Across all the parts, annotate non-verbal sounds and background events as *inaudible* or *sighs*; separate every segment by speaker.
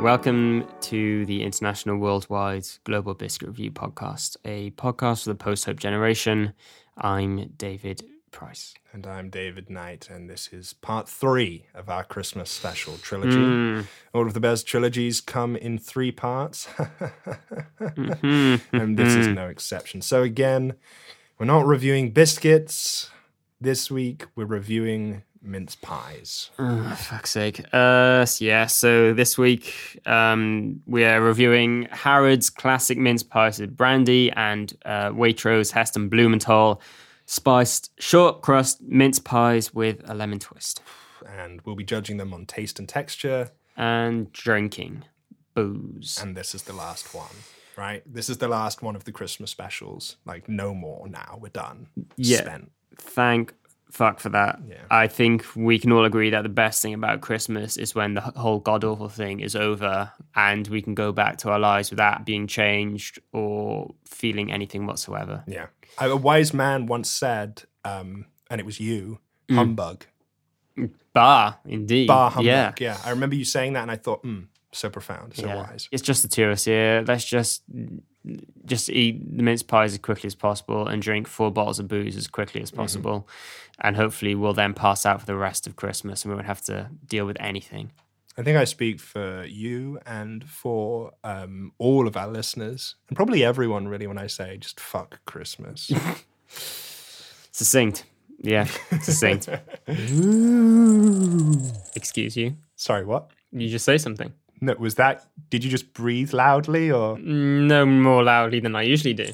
Speaker 1: Welcome to the International Worldwide Global Biscuit Review Podcast, a podcast for the post hope generation. I'm David Price.
Speaker 2: And I'm David Knight, and this is part three of our Christmas special trilogy. All of the best trilogies come in three parts, *laughs* and this is no exception. So, again, we're not reviewing biscuits this week, we're reviewing mince pies.
Speaker 1: Oh, fuck's sake. Uh, s- yeah, so this week um, we are reviewing Harrods Classic Mince Pies with Brandy and uh, Waitrose Heston Blumenthal Spiced Short Crust Mince Pies with a Lemon Twist.
Speaker 2: And we'll be judging them on taste and texture,
Speaker 1: And drinking booze.
Speaker 2: and this is the last one. Right, this is the last one of the Christmas specials. Like, no more now. We're done.
Speaker 1: Yeah.
Speaker 2: Spent.
Speaker 1: thank fuck for that. I think we can all agree that the best thing about Christmas is when the h- whole god awful thing is over and we can go back to our lives without being changed or feeling anything whatsoever.
Speaker 2: Yeah. A a wise man once said, um, and it was you,
Speaker 1: Mm.
Speaker 2: humbug.
Speaker 1: Bar, indeed.
Speaker 2: Bar humbug.
Speaker 1: Yeah.
Speaker 2: Yeah. I remember you saying that and I thought, hmm, so profound, so
Speaker 1: Yeah.
Speaker 2: wise.
Speaker 1: It's just the two of us here. Let's just just eat the mince pies as quickly as possible and drink four bottles of booze as quickly
Speaker 2: Mm-hmm.
Speaker 1: as possible. And hopefully we'll then pass out for the rest of Christmas and we won't have to deal with anything.
Speaker 2: I think I speak for you and for um, all of our listeners and probably everyone really when I say just fuck
Speaker 1: *laughs*
Speaker 2: Christmas.
Speaker 1: Succinct. *laughs* Yeah, succinct. Excuse you.
Speaker 2: Sorry, what?
Speaker 1: You just say something.
Speaker 2: No, was that, did you just breathe loudly or?
Speaker 1: Mm. No more loudly than I usually do.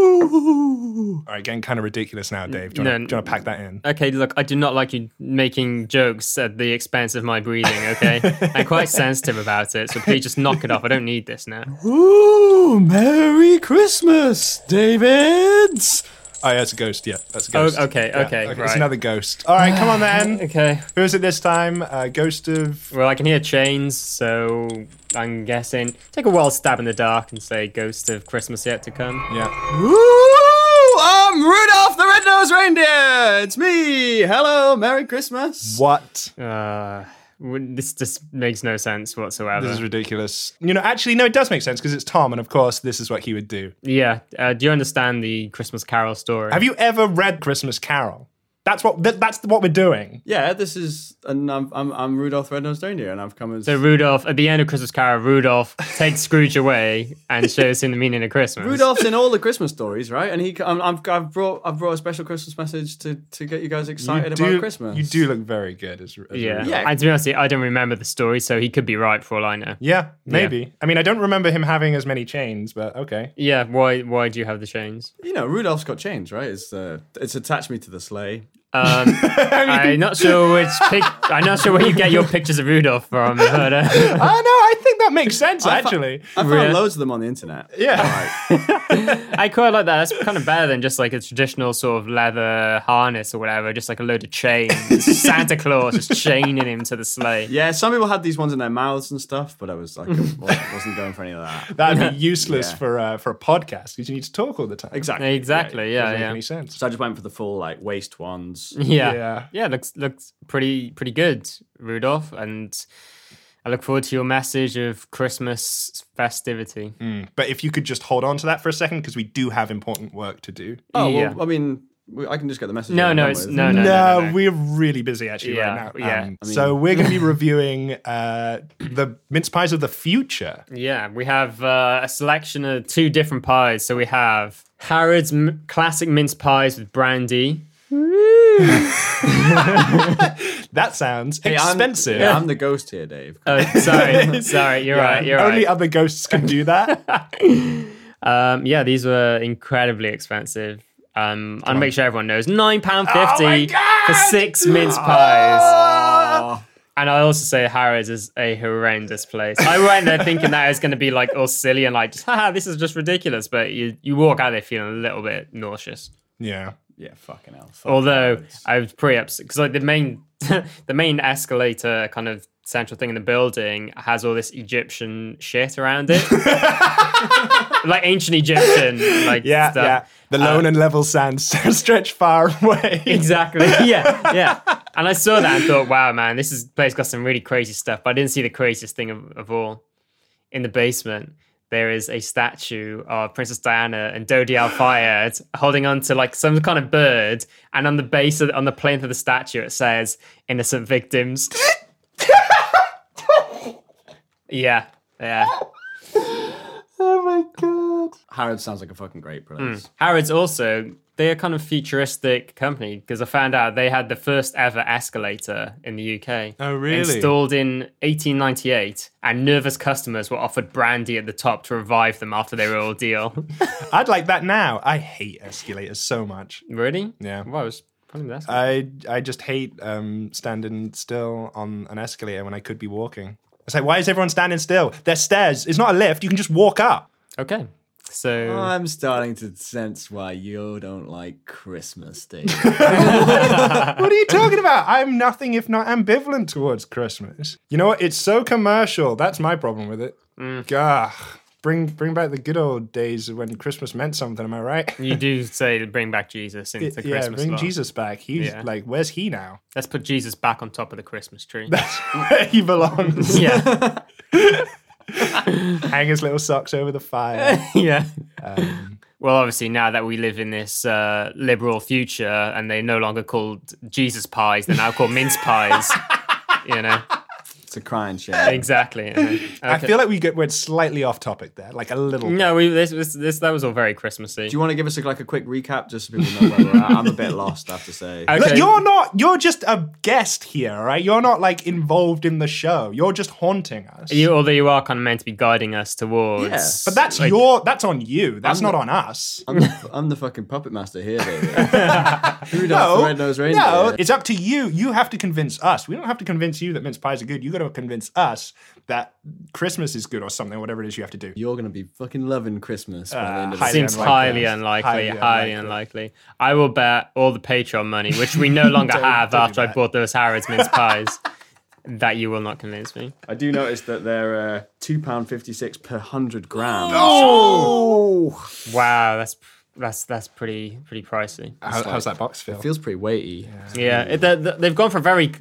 Speaker 2: All right, getting kind of ridiculous now, Dave. Do you
Speaker 1: No.
Speaker 2: want to pack that in?
Speaker 1: Okay, look, I do not like you making jokes at the expense of my breathing, okay?
Speaker 2: *laughs*
Speaker 1: I'm quite sensitive about it, so please just knock it off. I don't need this now.
Speaker 3: Ooh, Merry Christmas, Davids!
Speaker 2: Oh, yeah, it's a ghost. Yeah, that's a ghost.
Speaker 1: Oh, okay,
Speaker 2: Yeah,
Speaker 1: okay,
Speaker 2: It's
Speaker 1: right.
Speaker 2: another ghost. All right,
Speaker 1: *sighs*
Speaker 2: come on then.
Speaker 1: Okay.
Speaker 2: Who is it this time? Uh, ghost of
Speaker 1: Well, I can hear chains, so I'm guessing. Take a wild stab in the dark and say Ghost of Christmas Yet to Come.
Speaker 2: yeah.
Speaker 3: Ooh, I'm Rudolph the Red-Nosed Reindeer! It's me! Hello, Merry Christmas!
Speaker 2: What?
Speaker 1: Uh, w- this just makes no sense whatsoever.
Speaker 2: This is ridiculous. You know, actually, no, it does make sense because it's Tom, and of course, this is what he would do.
Speaker 1: Yeah. Uh, do you understand the Christmas Carol story?
Speaker 2: Have you ever read Christmas Carol? That's what th- that's what we're doing.
Speaker 3: Yeah, this is, and I'm, I'm, I'm Rudolph the Red-Nosed Reindeer, and I've come as...
Speaker 1: So Rudolph, at the end of Christmas Carol, Rudolph takes Scrooge away and shows him the meaning of Christmas.
Speaker 3: Rudolph's in all the Christmas stories, right? And he, c- I'm, I've, I've brought, I've brought a special Christmas message to, to get you guys excited
Speaker 2: do,
Speaker 3: about Christmas.
Speaker 2: You do look very good as, as
Speaker 1: Yeah.
Speaker 2: Rudolph.
Speaker 3: Yeah.
Speaker 1: And to be honest, I don't remember the story, so he could be right for all I know.
Speaker 2: Yeah, maybe. I mean, I don't remember him having as many chains, but okay.
Speaker 1: Yeah. Why? Why do you have the chains?
Speaker 3: You know, Rudolph's got chains, right? It's, uh, it's attached me to the sleigh.
Speaker 1: Um, I'm not sure which. Pic- I'm not sure where you get your pictures of Rudolph from, but uh,
Speaker 2: Oh no, I think that makes sense
Speaker 3: fo-
Speaker 2: actually.
Speaker 3: I found
Speaker 1: Really?
Speaker 3: loads of them on the internet.
Speaker 2: yeah.
Speaker 1: I quite like that. That's kind of better than just like a traditional sort of leather harness or whatever, just like a load of chains. Santa Claus just chaining him to the sleigh.
Speaker 3: *laughs* Yeah, some people had these ones in their mouths and stuff, but I was like, I wasn't going for any of that.
Speaker 2: That'd be useless
Speaker 3: Yeah.
Speaker 2: for uh, for a podcast because you need to talk all the time. Exactly.
Speaker 1: Exactly, yeah,
Speaker 2: doesn't make
Speaker 1: yeah.
Speaker 2: any sense.
Speaker 3: So I just went for the full like waist ones.
Speaker 1: Yeah.
Speaker 2: Yeah.
Speaker 1: yeah. looks looks pretty pretty good, Rudolph, and I look forward to your message of Christmas festivity.
Speaker 2: But if you could just hold on to that for a second because we do have important work to do.
Speaker 3: Oh
Speaker 1: Yeah.
Speaker 3: well, I mean, we- I can just get the message.
Speaker 1: No,
Speaker 3: over
Speaker 1: no,
Speaker 3: and
Speaker 1: it's-
Speaker 3: done with.
Speaker 1: no, no.
Speaker 2: we're really busy actually
Speaker 1: Yeah,
Speaker 2: right now. Um,
Speaker 1: yeah.
Speaker 2: So we're going to be reviewing uh, the mince pies of the future.
Speaker 1: Yeah, we have uh, a selection of two different pies. So we have Harrods m- classic mince pies with brandy.
Speaker 2: That sounds
Speaker 3: Hey, I'm-
Speaker 2: expensive.
Speaker 3: yeah, I'm the ghost here, Dave.
Speaker 1: Oh, sorry, sorry, you're right, you're
Speaker 2: Only
Speaker 1: right.
Speaker 2: other ghosts can do that.
Speaker 1: Um, yeah, these were incredibly expensive. Um, I'll make sure everyone knows nine pound fifty for six mince pies. And I also say Harrods is a horrendous place. I went there thinking that it's going to be like all silly and like, just, haha, this is just ridiculous. But you, you walk out there feeling a little bit nauseous.
Speaker 2: yeah.
Speaker 3: yeah, fucking hell. Fuck
Speaker 1: Although
Speaker 3: Harrods.
Speaker 1: I was pretty upset because like the main, *laughs* the main escalator kind of central thing in the building has all this Egyptian shit around it, like ancient Egyptian, like
Speaker 2: Yeah,
Speaker 1: stuff.
Speaker 2: yeah. The lone and level sands *laughs* stretch far away.
Speaker 1: *laughs*
Speaker 2: *laughs*
Speaker 1: Exactly. Yeah, yeah. And I saw that and thought, wow, man, this is, place got some really crazy stuff. But I didn't see the craziest thing of, of all. In the basement, there is a statue of Princess Diana and Dodi Al Fayed holding on to like some kind of bird. And on the base of, on the plinth of the statue, it says "Innocent Victims." *laughs* yeah, yeah.
Speaker 2: Oh
Speaker 3: Harrods sounds like a fucking great place.
Speaker 1: Harrods also, they're a kind of futuristic company because I found out they had the first ever escalator in the UK.
Speaker 2: Oh, really?
Speaker 1: Installed in 1898, and nervous customers were offered brandy at the top to revive them after their
Speaker 2: *laughs*
Speaker 1: ordeal.
Speaker 2: I'd like that now. I hate escalators so much.
Speaker 1: really?
Speaker 2: Yeah.
Speaker 1: Well, I was probably that's
Speaker 2: I I just hate um, standing still on an escalator when I could be walking. It's like, why is everyone standing still? There's stairs. It's not a lift. You can just
Speaker 1: *laughs*
Speaker 2: walk up.
Speaker 1: okay. So
Speaker 3: I'm starting to sense why you don't like Christmas, Dave.
Speaker 2: What are you talking about? I'm nothing if not ambivalent towards Christmas. You know what? It's so commercial. That's my problem with it.
Speaker 1: Mm.
Speaker 2: Gah. Bring bring back the good old days when Christmas meant something. Am I right?
Speaker 1: you do say to bring back Jesus into
Speaker 2: yeah,
Speaker 1: Christmas.
Speaker 2: bring
Speaker 1: lot.
Speaker 2: Jesus back. He's
Speaker 1: Yeah.
Speaker 2: like, where's he *laughs* now?
Speaker 1: Let's put Jesus back on top of the Christmas tree.
Speaker 2: Where he *laughs*
Speaker 1: *laughs*
Speaker 2: belongs.
Speaker 1: yeah,
Speaker 2: Hang his little socks over the fire.
Speaker 1: *laughs* yeah. well, obviously, now that we live in this uh, liberal future, and they no longer called Jesus pies, they're now called mince pies. You know
Speaker 3: it's a crying shame.
Speaker 1: exactly. uh-huh.
Speaker 2: I
Speaker 1: Okay.
Speaker 2: feel like we get went slightly off topic there, like a little.
Speaker 1: No, we this, this this that was all very Christmassy.
Speaker 3: Do you want to give us a, like a quick recap just so people know where we're at? I'm a bit lost, I have to say.
Speaker 2: Look,
Speaker 1: Okay.
Speaker 2: you're not. You're just a guest here, all right? You're not like involved in the show. You're just haunting us.
Speaker 1: You- although you are kind of meant to be guiding us towards.
Speaker 3: Yeah.
Speaker 2: but that's your. That's on you. That's not on us.
Speaker 3: I'm, the- I'm the fucking puppet master here, David. Rudolph the
Speaker 2: No,
Speaker 3: Red-Nosed Reindeer.
Speaker 2: no, it's up to you. You have to convince us. We don't have to convince you that mince pies are good. You got to convince us that Christmas is good or something, whatever it is you have to do.
Speaker 3: You're going to be fucking loving Christmas by the end of
Speaker 2: hi-
Speaker 3: the
Speaker 1: Seems
Speaker 2: unlikely.
Speaker 1: highly unlikely, highly,
Speaker 2: Highly
Speaker 1: unlikely. I will bet all the Patreon money, which we no longer have
Speaker 2: don't do
Speaker 1: after I
Speaker 2: that.
Speaker 1: bought those Harrods mince pies, that you will not convince me.
Speaker 3: I do notice that they're uh, £2.56 per 100 grams.
Speaker 2: Oh,
Speaker 1: Wow, that's that's that's pretty pretty pricey.
Speaker 2: How, how's that box feel?
Speaker 3: Feels pretty weighty.
Speaker 1: Yeah, it, they- they- they've gone for very.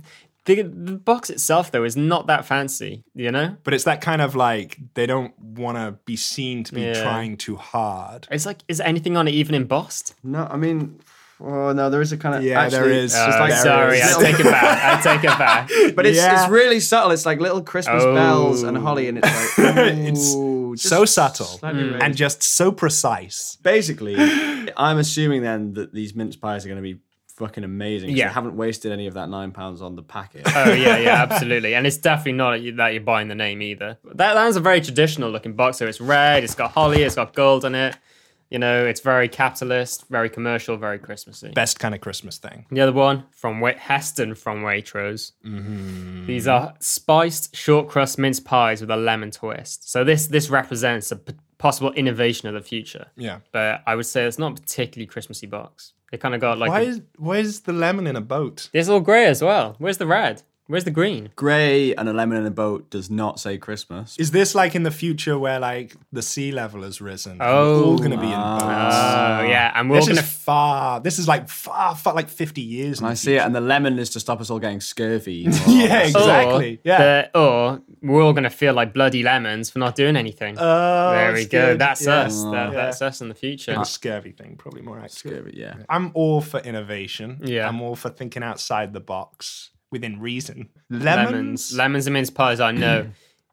Speaker 1: The, the box itself, though, is not that fancy. You know,
Speaker 2: but it's that kind of like they don't want to be seen to be
Speaker 1: Yeah.
Speaker 2: trying too hard.
Speaker 1: it's like is anything on it even embossed?
Speaker 3: No, I mean, oh, no, there is a kind of.
Speaker 2: Yeah, there is.
Speaker 1: Oh,
Speaker 2: It's like-
Speaker 1: sorry, I
Speaker 2: There is.
Speaker 1: take it back. I take it back.
Speaker 3: But it's,
Speaker 2: Yeah.
Speaker 3: it's really subtle. It's like little Christmas
Speaker 1: Oh.
Speaker 3: bells and holly, and it's like
Speaker 2: *laughs* It's
Speaker 3: ooh, just
Speaker 2: so subtle
Speaker 3: slightly
Speaker 1: Hmm.
Speaker 3: raised.
Speaker 2: and just so precise.
Speaker 3: basically, *laughs* I'm assuming then that these mince pies are going to be fucking amazing. 'cause
Speaker 1: Yeah.
Speaker 3: they haven't wasted any of that nine pounds on the packet. *laughs*
Speaker 1: Oh yeah, yeah, absolutely. And it's definitely not that you're buying the name either. That that is a very traditional looking box. So it's red. It's got holly. It's got gold on it. You know, it's very capitalist, very commercial, very Christmassy.
Speaker 2: Best kind of Christmas thing.
Speaker 1: The other one from Wa Heston from Waitrose.
Speaker 2: Mm-hmm.
Speaker 1: These are spiced short crust mince pies with a lemon twist. So this this represents a p- possible innovation of the future.
Speaker 2: Yeah.
Speaker 1: But I would say it's not a particularly Christmassy box. They kind of got like
Speaker 2: Why
Speaker 1: a-
Speaker 2: is where's the lemon in a boat?
Speaker 1: There's all grey as well. Where's the red? Where's the green?
Speaker 3: Grey and a lemon in a boat does not say Christmas.
Speaker 2: Is this like in the future where like the sea level has risen? and
Speaker 1: Oh.
Speaker 2: we're all gonna be in boats.
Speaker 1: Oh yeah, and we're all
Speaker 2: Ah. This
Speaker 1: gonna
Speaker 2: is far. This is like far, far, like fifty years. in
Speaker 3: And I
Speaker 2: the
Speaker 3: see it,
Speaker 2: future.
Speaker 3: and the lemon is to stop us all getting scurvy.
Speaker 2: *laughs*
Speaker 3: Oh,
Speaker 2: Yeah, exactly.
Speaker 1: Or
Speaker 2: Yeah.
Speaker 1: the- or we're all gonna feel like bloody lemons for not doing anything.
Speaker 2: Oh,
Speaker 1: there we
Speaker 2: it's
Speaker 1: go.
Speaker 2: good.
Speaker 1: That's
Speaker 2: Yeah.
Speaker 1: us. That,
Speaker 2: Yeah.
Speaker 1: That's us in the future.
Speaker 2: And scurvy thing, probably more accurate.
Speaker 3: Scurvy, yeah.
Speaker 2: I'm all for innovation.
Speaker 1: Yeah.
Speaker 2: I'm all for thinking outside the box within reason.
Speaker 1: Lemons,
Speaker 2: Lemons.
Speaker 1: lemons and mince pies. I
Speaker 2: *clears throat*
Speaker 1: know.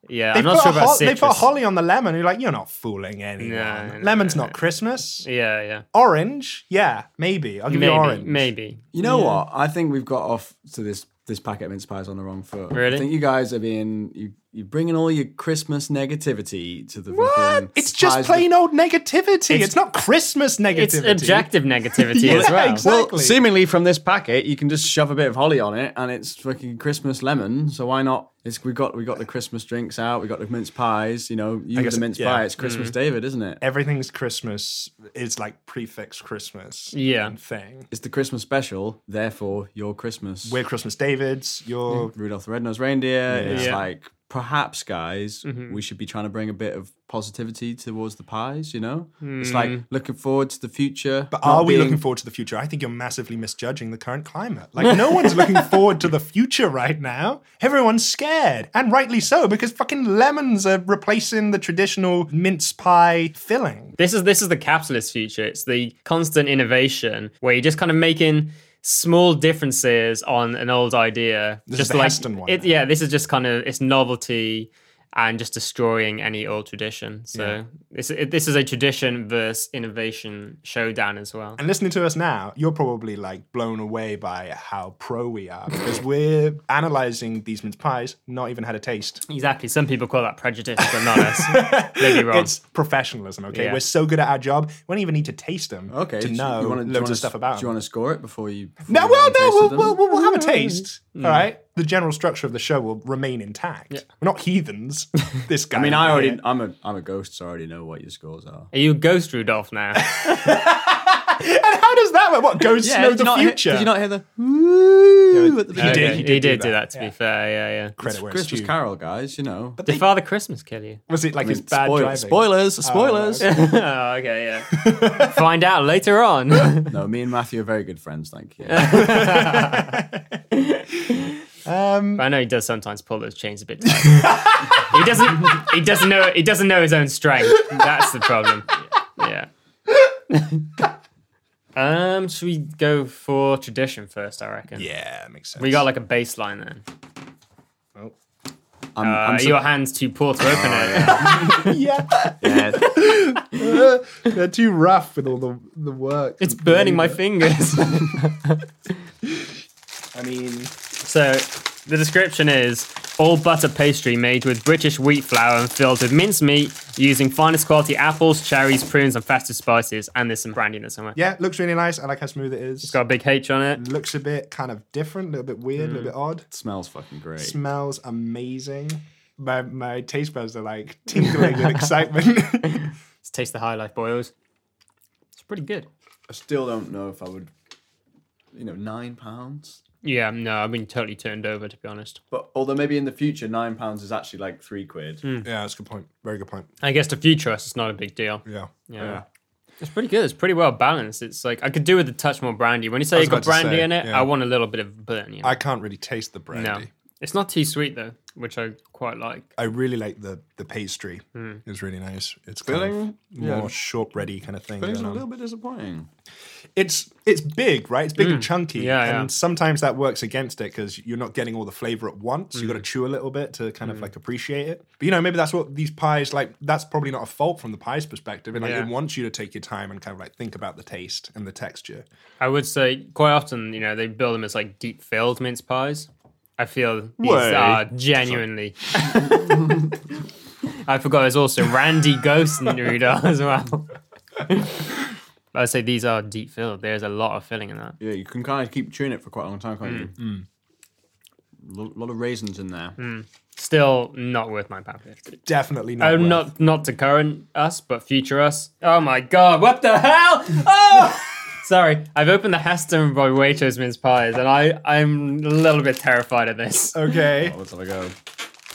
Speaker 1: Yeah,
Speaker 2: They
Speaker 1: I'm not
Speaker 2: put
Speaker 1: sure
Speaker 2: a
Speaker 1: about
Speaker 2: hol-
Speaker 1: citrus.
Speaker 2: They put holly on the lemon. You're like, you're not fooling anyone.
Speaker 1: No, no,
Speaker 2: Lemon's not Christmas.
Speaker 1: yeah, yeah.
Speaker 2: Orange, yeah, maybe. I'll give
Speaker 1: Maybe,
Speaker 2: you orange.
Speaker 1: maybe.
Speaker 3: You know what? I think we've got off to this this packet of mince pies on the wrong foot.
Speaker 1: Really?
Speaker 3: I think you guys are being you you're bringing all your Christmas negativity to the what?
Speaker 2: It's just plain old negativity. It's, not Christmas negativity.
Speaker 1: It's objective
Speaker 2: *laughs*
Speaker 1: negativity as
Speaker 2: Yeah,
Speaker 1: well.
Speaker 2: exactly.
Speaker 3: Well, seemingly from this packet, you can just shove a bit of holly on it, and it's fucking Christmas lemon. So why not? It's we got we got the Christmas drinks out. We got the mince pies. You know, you
Speaker 2: guess
Speaker 3: the
Speaker 2: it-
Speaker 3: mince
Speaker 2: yeah. Mm.
Speaker 3: pie. It's Christmas, David, isn't it?
Speaker 2: Everything's Christmas is like prefix Christmas.
Speaker 1: Yeah.
Speaker 2: Thing.
Speaker 3: It's the Christmas special. Therefore, your Christmas.
Speaker 2: We're Christmas Davids.
Speaker 1: Mm.
Speaker 2: You're
Speaker 3: Rudolph the Red-Nosed Reindeer. It's
Speaker 1: Yeah. Mm-hmm.
Speaker 3: like perhaps, guys, we should be trying to bring a bit of positivity towards the pies. You know, it's
Speaker 1: Hmm.
Speaker 3: like looking forward to the future.
Speaker 2: But
Speaker 3: not
Speaker 2: are we
Speaker 3: being-
Speaker 2: looking forward to the future? I think you're massively misjudging the current climate. Like, no one's
Speaker 3: *laughs*
Speaker 2: looking forward to the future right now. Everyone's scared, and rightly so, because fucking lemons are replacing the traditional mince pie filling.
Speaker 1: This is this is the capitalist future. It's the constant innovation where you're just kind of making small differences on an old idea.
Speaker 2: This is
Speaker 1: just
Speaker 2: the
Speaker 1: like
Speaker 2: Heston one.
Speaker 1: It, yeah, this is just kind of it's novelty and just destroying any old tradition. So this it, this is a tradition versus innovation showdown as well.
Speaker 2: And listening to us now, you're probably like blown away by how pro we are because we're analyzing these mince pies, not even had a taste.
Speaker 1: Exactly. Some people call that prejudice, but not
Speaker 2: *laughs*
Speaker 1: us. They'd be
Speaker 3: Oh.
Speaker 1: wrong.
Speaker 2: It's professionalism, okay?
Speaker 1: Yeah.
Speaker 2: We're so good at our job, we don't even need to taste them
Speaker 3: Okay,
Speaker 2: to
Speaker 3: do you-
Speaker 2: know
Speaker 3: you wanna, do you
Speaker 2: loads
Speaker 3: wanna
Speaker 2: of stuff about
Speaker 3: Do you
Speaker 2: them.
Speaker 3: want to score it before you? before
Speaker 2: No,
Speaker 3: you
Speaker 2: well,
Speaker 3: have a
Speaker 2: no,
Speaker 3: taste of
Speaker 2: we'll,
Speaker 3: them? Mm.
Speaker 2: we'll, we'll, we'll have a taste. All right. The general structure of the show will remain intact. We're not
Speaker 3: *laughs*
Speaker 2: heathens. This guy.
Speaker 3: I mean, I
Speaker 2: over
Speaker 3: already,
Speaker 2: here.
Speaker 3: I'm a, I'm a ghost, so I already know what your scores are.
Speaker 1: Are you a ghost Rudolph now?
Speaker 2: And how does that work? What ghosts know
Speaker 3: did you
Speaker 2: the
Speaker 3: not hear-
Speaker 2: future?
Speaker 3: did you not hear the?
Speaker 1: *laughs*
Speaker 3: Woo at the
Speaker 2: *laughs* He
Speaker 3: beginning?
Speaker 2: did,
Speaker 1: Okay,
Speaker 2: he did
Speaker 1: he
Speaker 2: do
Speaker 1: did do
Speaker 2: that,
Speaker 1: that. To be fair, yeah, yeah.
Speaker 2: Credit where it's
Speaker 3: Christmas
Speaker 2: due.
Speaker 3: Carol, guys. You know,
Speaker 1: Did Father Christmas kill you?
Speaker 2: Was it like his bad
Speaker 3: spoil-
Speaker 2: driving?
Speaker 3: spoilers,
Speaker 1: *laughs*
Speaker 3: spoilers.
Speaker 1: oh, okay, yeah.
Speaker 2: *laughs*
Speaker 1: Find out later on.
Speaker 3: no, me and Matthew are very good friends. Thank you.
Speaker 1: But I know he does sometimes pull those chains a bit. Tight. he doesn't. He doesn't know. He doesn't know his own strength. That's the problem.
Speaker 2: *laughs*
Speaker 1: Yeah. um. Should we go for tradition first? I reckon.
Speaker 2: Yeah, makes sense.
Speaker 1: We got like a baseline then.
Speaker 3: I'm,
Speaker 1: Uh,
Speaker 3: I'm so-
Speaker 1: your hands too poor
Speaker 2: Oh,
Speaker 1: to open it.
Speaker 2: yeah.
Speaker 3: yeah.
Speaker 2: They're too rough with all the, the work.
Speaker 1: *laughs* It's burning my fingers.
Speaker 2: I mean,
Speaker 1: So the description is all butter pastry made with British wheat flour and filled with minced meat using finest quality apples, cherries, prunes, and festive spices. And there's some brandy in there somewhere.
Speaker 2: yeah, looks really nice. I like how smooth it is.
Speaker 1: Got a big H on it.
Speaker 2: looks a bit kind of different, a little bit weird, a little bit odd.
Speaker 3: smells fucking Mm. great.
Speaker 2: Smells amazing. My, my taste buds are like tingling
Speaker 3: *laughs*
Speaker 2: with excitement.
Speaker 1: Let's taste the high life, boys. It's pretty good.
Speaker 3: I still don't know if I would, you know, nine pounds.
Speaker 1: Yeah, no, I've been totally turned over to be honest.
Speaker 3: But although maybe in the future nine pounds is actually like three quid.
Speaker 1: Hmm.
Speaker 2: yeah, that's a good point. Very good point.
Speaker 1: I guess to future us, it's not a big deal.
Speaker 2: Yeah.
Speaker 1: Yeah. It's pretty good. It's pretty well balanced. It's like I could do with a touch more brandy. When you say you
Speaker 2: about
Speaker 1: got
Speaker 2: to say,
Speaker 1: brandy in it,
Speaker 2: yeah.
Speaker 1: I want a little bit of burn. You know?
Speaker 2: I can't really taste the brandy.
Speaker 1: no, it's not too sweet though, which I quite like.
Speaker 2: I really like the the pastry.
Speaker 1: Hmm.
Speaker 2: It's really nice. It's kind of more shortbready kind of thing.
Speaker 3: It's
Speaker 2: going
Speaker 3: a
Speaker 2: on.
Speaker 3: little bit disappointing.
Speaker 2: It's it's big, right? It's big and chunky.
Speaker 1: Hmm. Yeah,
Speaker 2: and
Speaker 1: yeah.
Speaker 2: sometimes that works against it because you're not getting all the flavor at once. You've got to
Speaker 1: Hmm.
Speaker 2: chew a little bit to kind of like appreciate it. But you know, maybe that's what these pies like. That's probably not a fault from the pie's perspective. And like,
Speaker 1: Yeah.
Speaker 2: it wants you to take your time and kind of like think about the taste and the texture.
Speaker 1: I would say quite often, you know, they bill them as like deep filled mince pies. I feel these
Speaker 3: Way.
Speaker 1: are genuinely. *laughs* I forgot there's also Randy Ghost Noodle *laughs* as well. But I'd say these are deep filled. There's a lot of filling in that. Hmm.
Speaker 3: Yeah, you can kind of keep chewing it for quite a long time, can't you? lo- lot of raisins in there.
Speaker 1: Still not worth my pound fifty.
Speaker 2: Definitely not.
Speaker 1: Oh,
Speaker 2: worth.
Speaker 1: not not to current us, but future us. Oh my god, what the hell? Oh, *laughs* sorry. I've opened the Heston by Waitrose mince pies, and I I'm a little bit terrified of this.
Speaker 2: Oh, Okay.
Speaker 3: Let's have a Oh, go.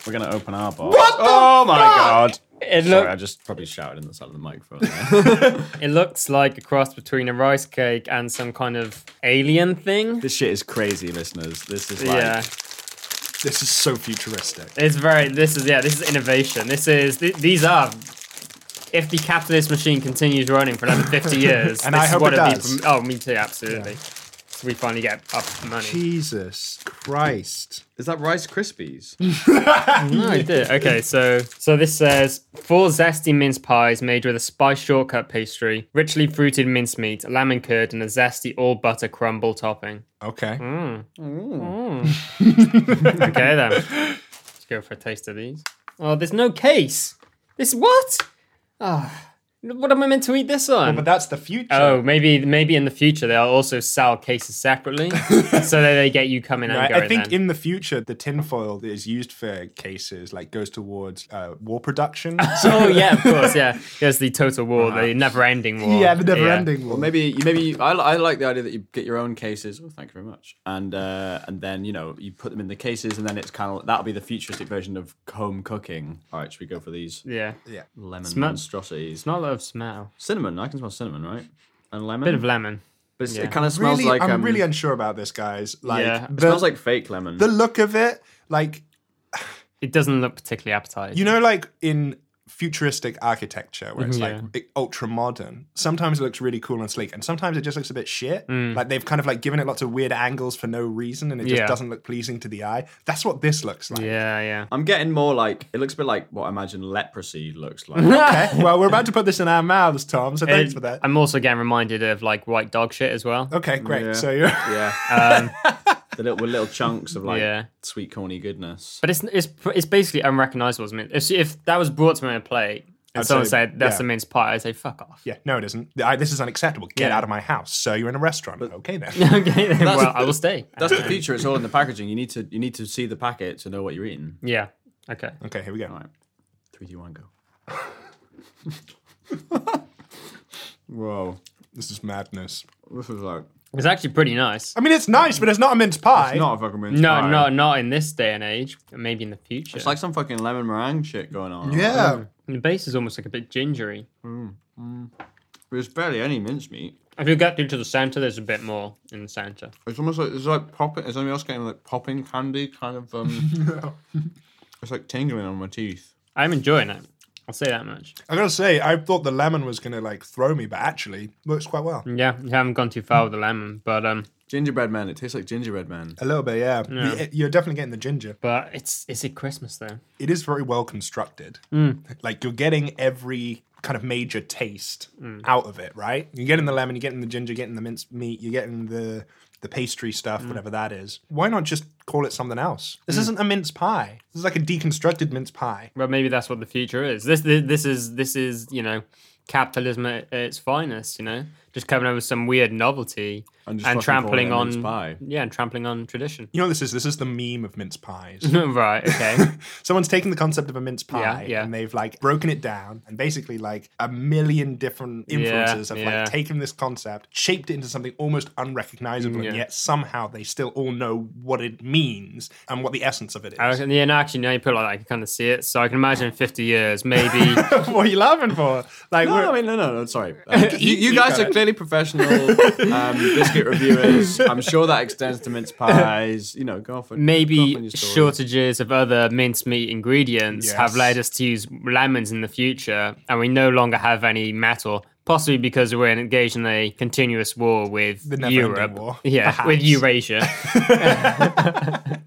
Speaker 3: We're gonna open our box.
Speaker 4: oh my god.
Speaker 1: It
Speaker 3: Sorry, I
Speaker 1: look,
Speaker 3: just probably shouted in the side of the microphone. there. *laughs*
Speaker 1: it looks like a cross between a rice cake and some kind of alien thing.
Speaker 3: this shit is crazy, listeners. This is like
Speaker 1: Yeah,
Speaker 2: This is so futuristic.
Speaker 1: it's very. This is yeah. This is innovation. This is th- these are. If the capitalist machine continues running for another fifty
Speaker 2: *laughs*
Speaker 1: years,
Speaker 2: And
Speaker 1: this
Speaker 2: I
Speaker 1: is
Speaker 2: hope
Speaker 1: what
Speaker 2: it
Speaker 1: it'd be
Speaker 2: does.
Speaker 1: from- oh, me too, absolutely. So we finally get up money.
Speaker 2: Jesus Christ.
Speaker 3: Is that Rice Krispies?
Speaker 1: No, I did. Okay, so so this says four zesty mince pies made with a spice shortcut pastry, richly fruited mincemeat, lamb and curd, and a zesty all butter crumble topping.
Speaker 2: Okay.
Speaker 1: Hmm. Okay then, let's go for a taste of these. Oh, there's no case. This what? Ah, what am I meant to eat this on?
Speaker 2: But that's the future.
Speaker 1: Oh, maybe maybe in the future they'll also sell cases
Speaker 2: *laughs*
Speaker 1: separately, so that they get you coming and
Speaker 2: I,
Speaker 1: going.
Speaker 2: I think
Speaker 1: then.
Speaker 2: in the future, the tinfoil that is used for cases like goes towards uh, war
Speaker 1: *laughs*
Speaker 2: production. So
Speaker 1: oh yeah,
Speaker 2: *laughs*
Speaker 1: of course, yeah. There's the total war, the never-ending war.
Speaker 2: yeah, the never-ending war.
Speaker 3: Well, maybe you, maybe you, I, li- I like the idea that you get your own cases. Oh, thank you very much. And uh, and then you know you put them in the cases, and then it's kind of that'll be the futuristic version of home cooking. All right, should we go for these
Speaker 1: Yeah.
Speaker 3: lemon
Speaker 1: Smell-
Speaker 3: monstrosities?
Speaker 1: Smell of smell.
Speaker 3: Cinnamon. I can smell cinnamon, right? And lemon.
Speaker 1: Bit of lemon.
Speaker 3: But it's-
Speaker 1: yeah.
Speaker 3: It kind of smells
Speaker 2: really,
Speaker 3: like
Speaker 2: I'm
Speaker 3: um,
Speaker 2: really unsure about this, guys. Like
Speaker 1: Yeah.
Speaker 3: it
Speaker 2: the,
Speaker 3: smells like fake lemon.
Speaker 2: the look of it, like
Speaker 1: It doesn't look particularly appetizing.
Speaker 2: you know, like in futuristic architecture where it's
Speaker 1: Yeah.
Speaker 2: like ultra modern. Sometimes it looks really cool and sleek, and sometimes it just looks a bit shit. Like they've kind of like given it lots of weird angles for no reason, and it just
Speaker 1: Mm. Yeah.
Speaker 2: doesn't look pleasing to the eye. That's what this looks like.
Speaker 1: Yeah, yeah.
Speaker 3: I'm getting more like it looks a bit like what I imagine leprosy looks like.
Speaker 1: *laughs*
Speaker 2: Okay. well, we're about to put this in our mouths, Tom. So
Speaker 1: And
Speaker 2: thanks for that.
Speaker 1: I'm also getting reminded of like white dog shit as well.
Speaker 2: okay, great.
Speaker 3: Yeah.
Speaker 2: So
Speaker 1: *laughs*
Speaker 2: you're.
Speaker 3: yeah, *laughs* the little with little chunks of like
Speaker 1: Um, Yeah.
Speaker 3: sweet corny goodness.
Speaker 1: But it's it's it's basically unrecognizable as mince. If, if that was brought to me on a plate and
Speaker 2: I'd
Speaker 1: someone
Speaker 2: say-
Speaker 1: said that's
Speaker 2: yeah.
Speaker 1: a mince pie, I'd say fuck
Speaker 2: *laughs*
Speaker 1: off.
Speaker 2: Yeah, no, it isn't. I, this is unacceptable. Get
Speaker 1: Yeah.
Speaker 2: out of my house. So you're in a restaurant. okay, then.
Speaker 1: okay, then, well, I will stay.
Speaker 3: That's the future. It's all in the packaging. You need to you need to see the packet to know what you're eating.
Speaker 1: Yeah. Okay.
Speaker 2: okay, here we go.
Speaker 3: All right, three, two, one, go. Whoa,
Speaker 2: This is madness.
Speaker 3: this is like
Speaker 1: It's actually pretty nice.
Speaker 2: I mean, it's nice, but it's not a mince pie.
Speaker 3: not a fucking mince
Speaker 1: No,
Speaker 3: pie.
Speaker 1: no, not in this day and age. Maybe in the future.
Speaker 3: It's like some fucking lemon meringue shit going on.
Speaker 2: Yeah.
Speaker 1: the base is almost like a bit gingery.
Speaker 3: there's barely any mincemeat.
Speaker 1: If you get into the center, there's a bit more in the center.
Speaker 3: It's almost like it's like popping. Is anyone else getting like popping candy kind of? um
Speaker 2: *laughs*
Speaker 3: It's like tingling on my teeth.
Speaker 1: I'm enjoying it. I'll say that much.
Speaker 2: I gotta say, I thought the lemon was gonna like throw me, but actually, works quite well.
Speaker 1: Yeah, you haven't gone too far with the lemon, but um,
Speaker 3: Gingerbread man. It tastes like gingerbread man.
Speaker 2: A little bit, yeah. The- You're definitely getting the ginger.
Speaker 1: but it's is it Christmas though?
Speaker 2: It is very well constructed. Like you're getting every kind of major taste out of it, right? You're getting the lemon, you're getting the ginger, you're getting the minced meat, you're getting the the pastry stuff, whatever that is. Why not just call it something else? This isn't a mince pie. This is like a deconstructed mince pie.
Speaker 1: Well, maybe that's what the future is. This this, this is this is you know capitalism at its finest. You know, just coming up with some weird novelty
Speaker 3: And
Speaker 1: and,
Speaker 3: just fucking
Speaker 1: trampling
Speaker 3: calling it mince
Speaker 1: on
Speaker 3: pie.
Speaker 1: yeah, and trampling on tradition. *laughs*
Speaker 2: You know what this is? This is the meme of mince pies.
Speaker 1: Mm-hmm. right.
Speaker 3: *laughs*
Speaker 1: Okay.
Speaker 2: Someone's taken the concept of a mince pie
Speaker 1: Yeah, yeah.
Speaker 2: and they've like broken it down and basically like a million different influences have
Speaker 1: yeah.
Speaker 2: like taken this concept, shaped it into something almost unrecognizable, and
Speaker 1: Yeah.
Speaker 2: yet somehow they still all know what it means and what the essence of it is.
Speaker 1: I
Speaker 2: *laughs*
Speaker 1: reckon- yeah, no, actually, now you put it like that, I can kind of see it. So I can imagine in 50 years,
Speaker 3: *laughs*
Speaker 1: maybe.
Speaker 2: what are you laughing for? Like,
Speaker 3: No,
Speaker 2: we're,
Speaker 3: I mean, no, no, no.
Speaker 2: *laughs*
Speaker 3: Sorry, Uh, you, you guys are clearly professional um, biscuit reviewers. I'm sure that extends to mince pies. You know, go off. And, go off on
Speaker 1: maybe
Speaker 3: your story.
Speaker 1: shortages of other mincemeat ingredients have
Speaker 2: Yes.
Speaker 1: led us to use lemons in the future, and we no longer have any metal. Possibly because we're engaged in a continuous war with
Speaker 2: The never-ending
Speaker 1: Europe,
Speaker 2: war,
Speaker 1: yeah, with
Speaker 2: perhaps.
Speaker 1: Eurasia.
Speaker 3: I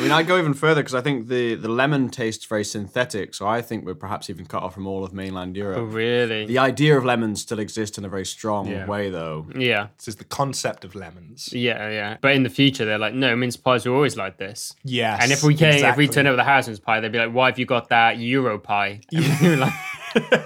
Speaker 3: mean, I go even further because I think the the lemon tastes very synthetic. So I think we're perhaps even cut off from all of mainland Europe.
Speaker 1: Oh, really?
Speaker 3: The idea of lemons still exists in a very strong way, though.
Speaker 1: Yeah,
Speaker 2: this is the concept of lemons.
Speaker 1: yeah, yeah. But in the future, they're like, no, mince pies were always like this.
Speaker 2: Yes,
Speaker 1: And if we came, if we
Speaker 2: exactly.
Speaker 1: turn up with a house mince pie, they'd be like, why have you got *laughs*
Speaker 2: *laughs*
Speaker 1: that Euro pie? And we were like,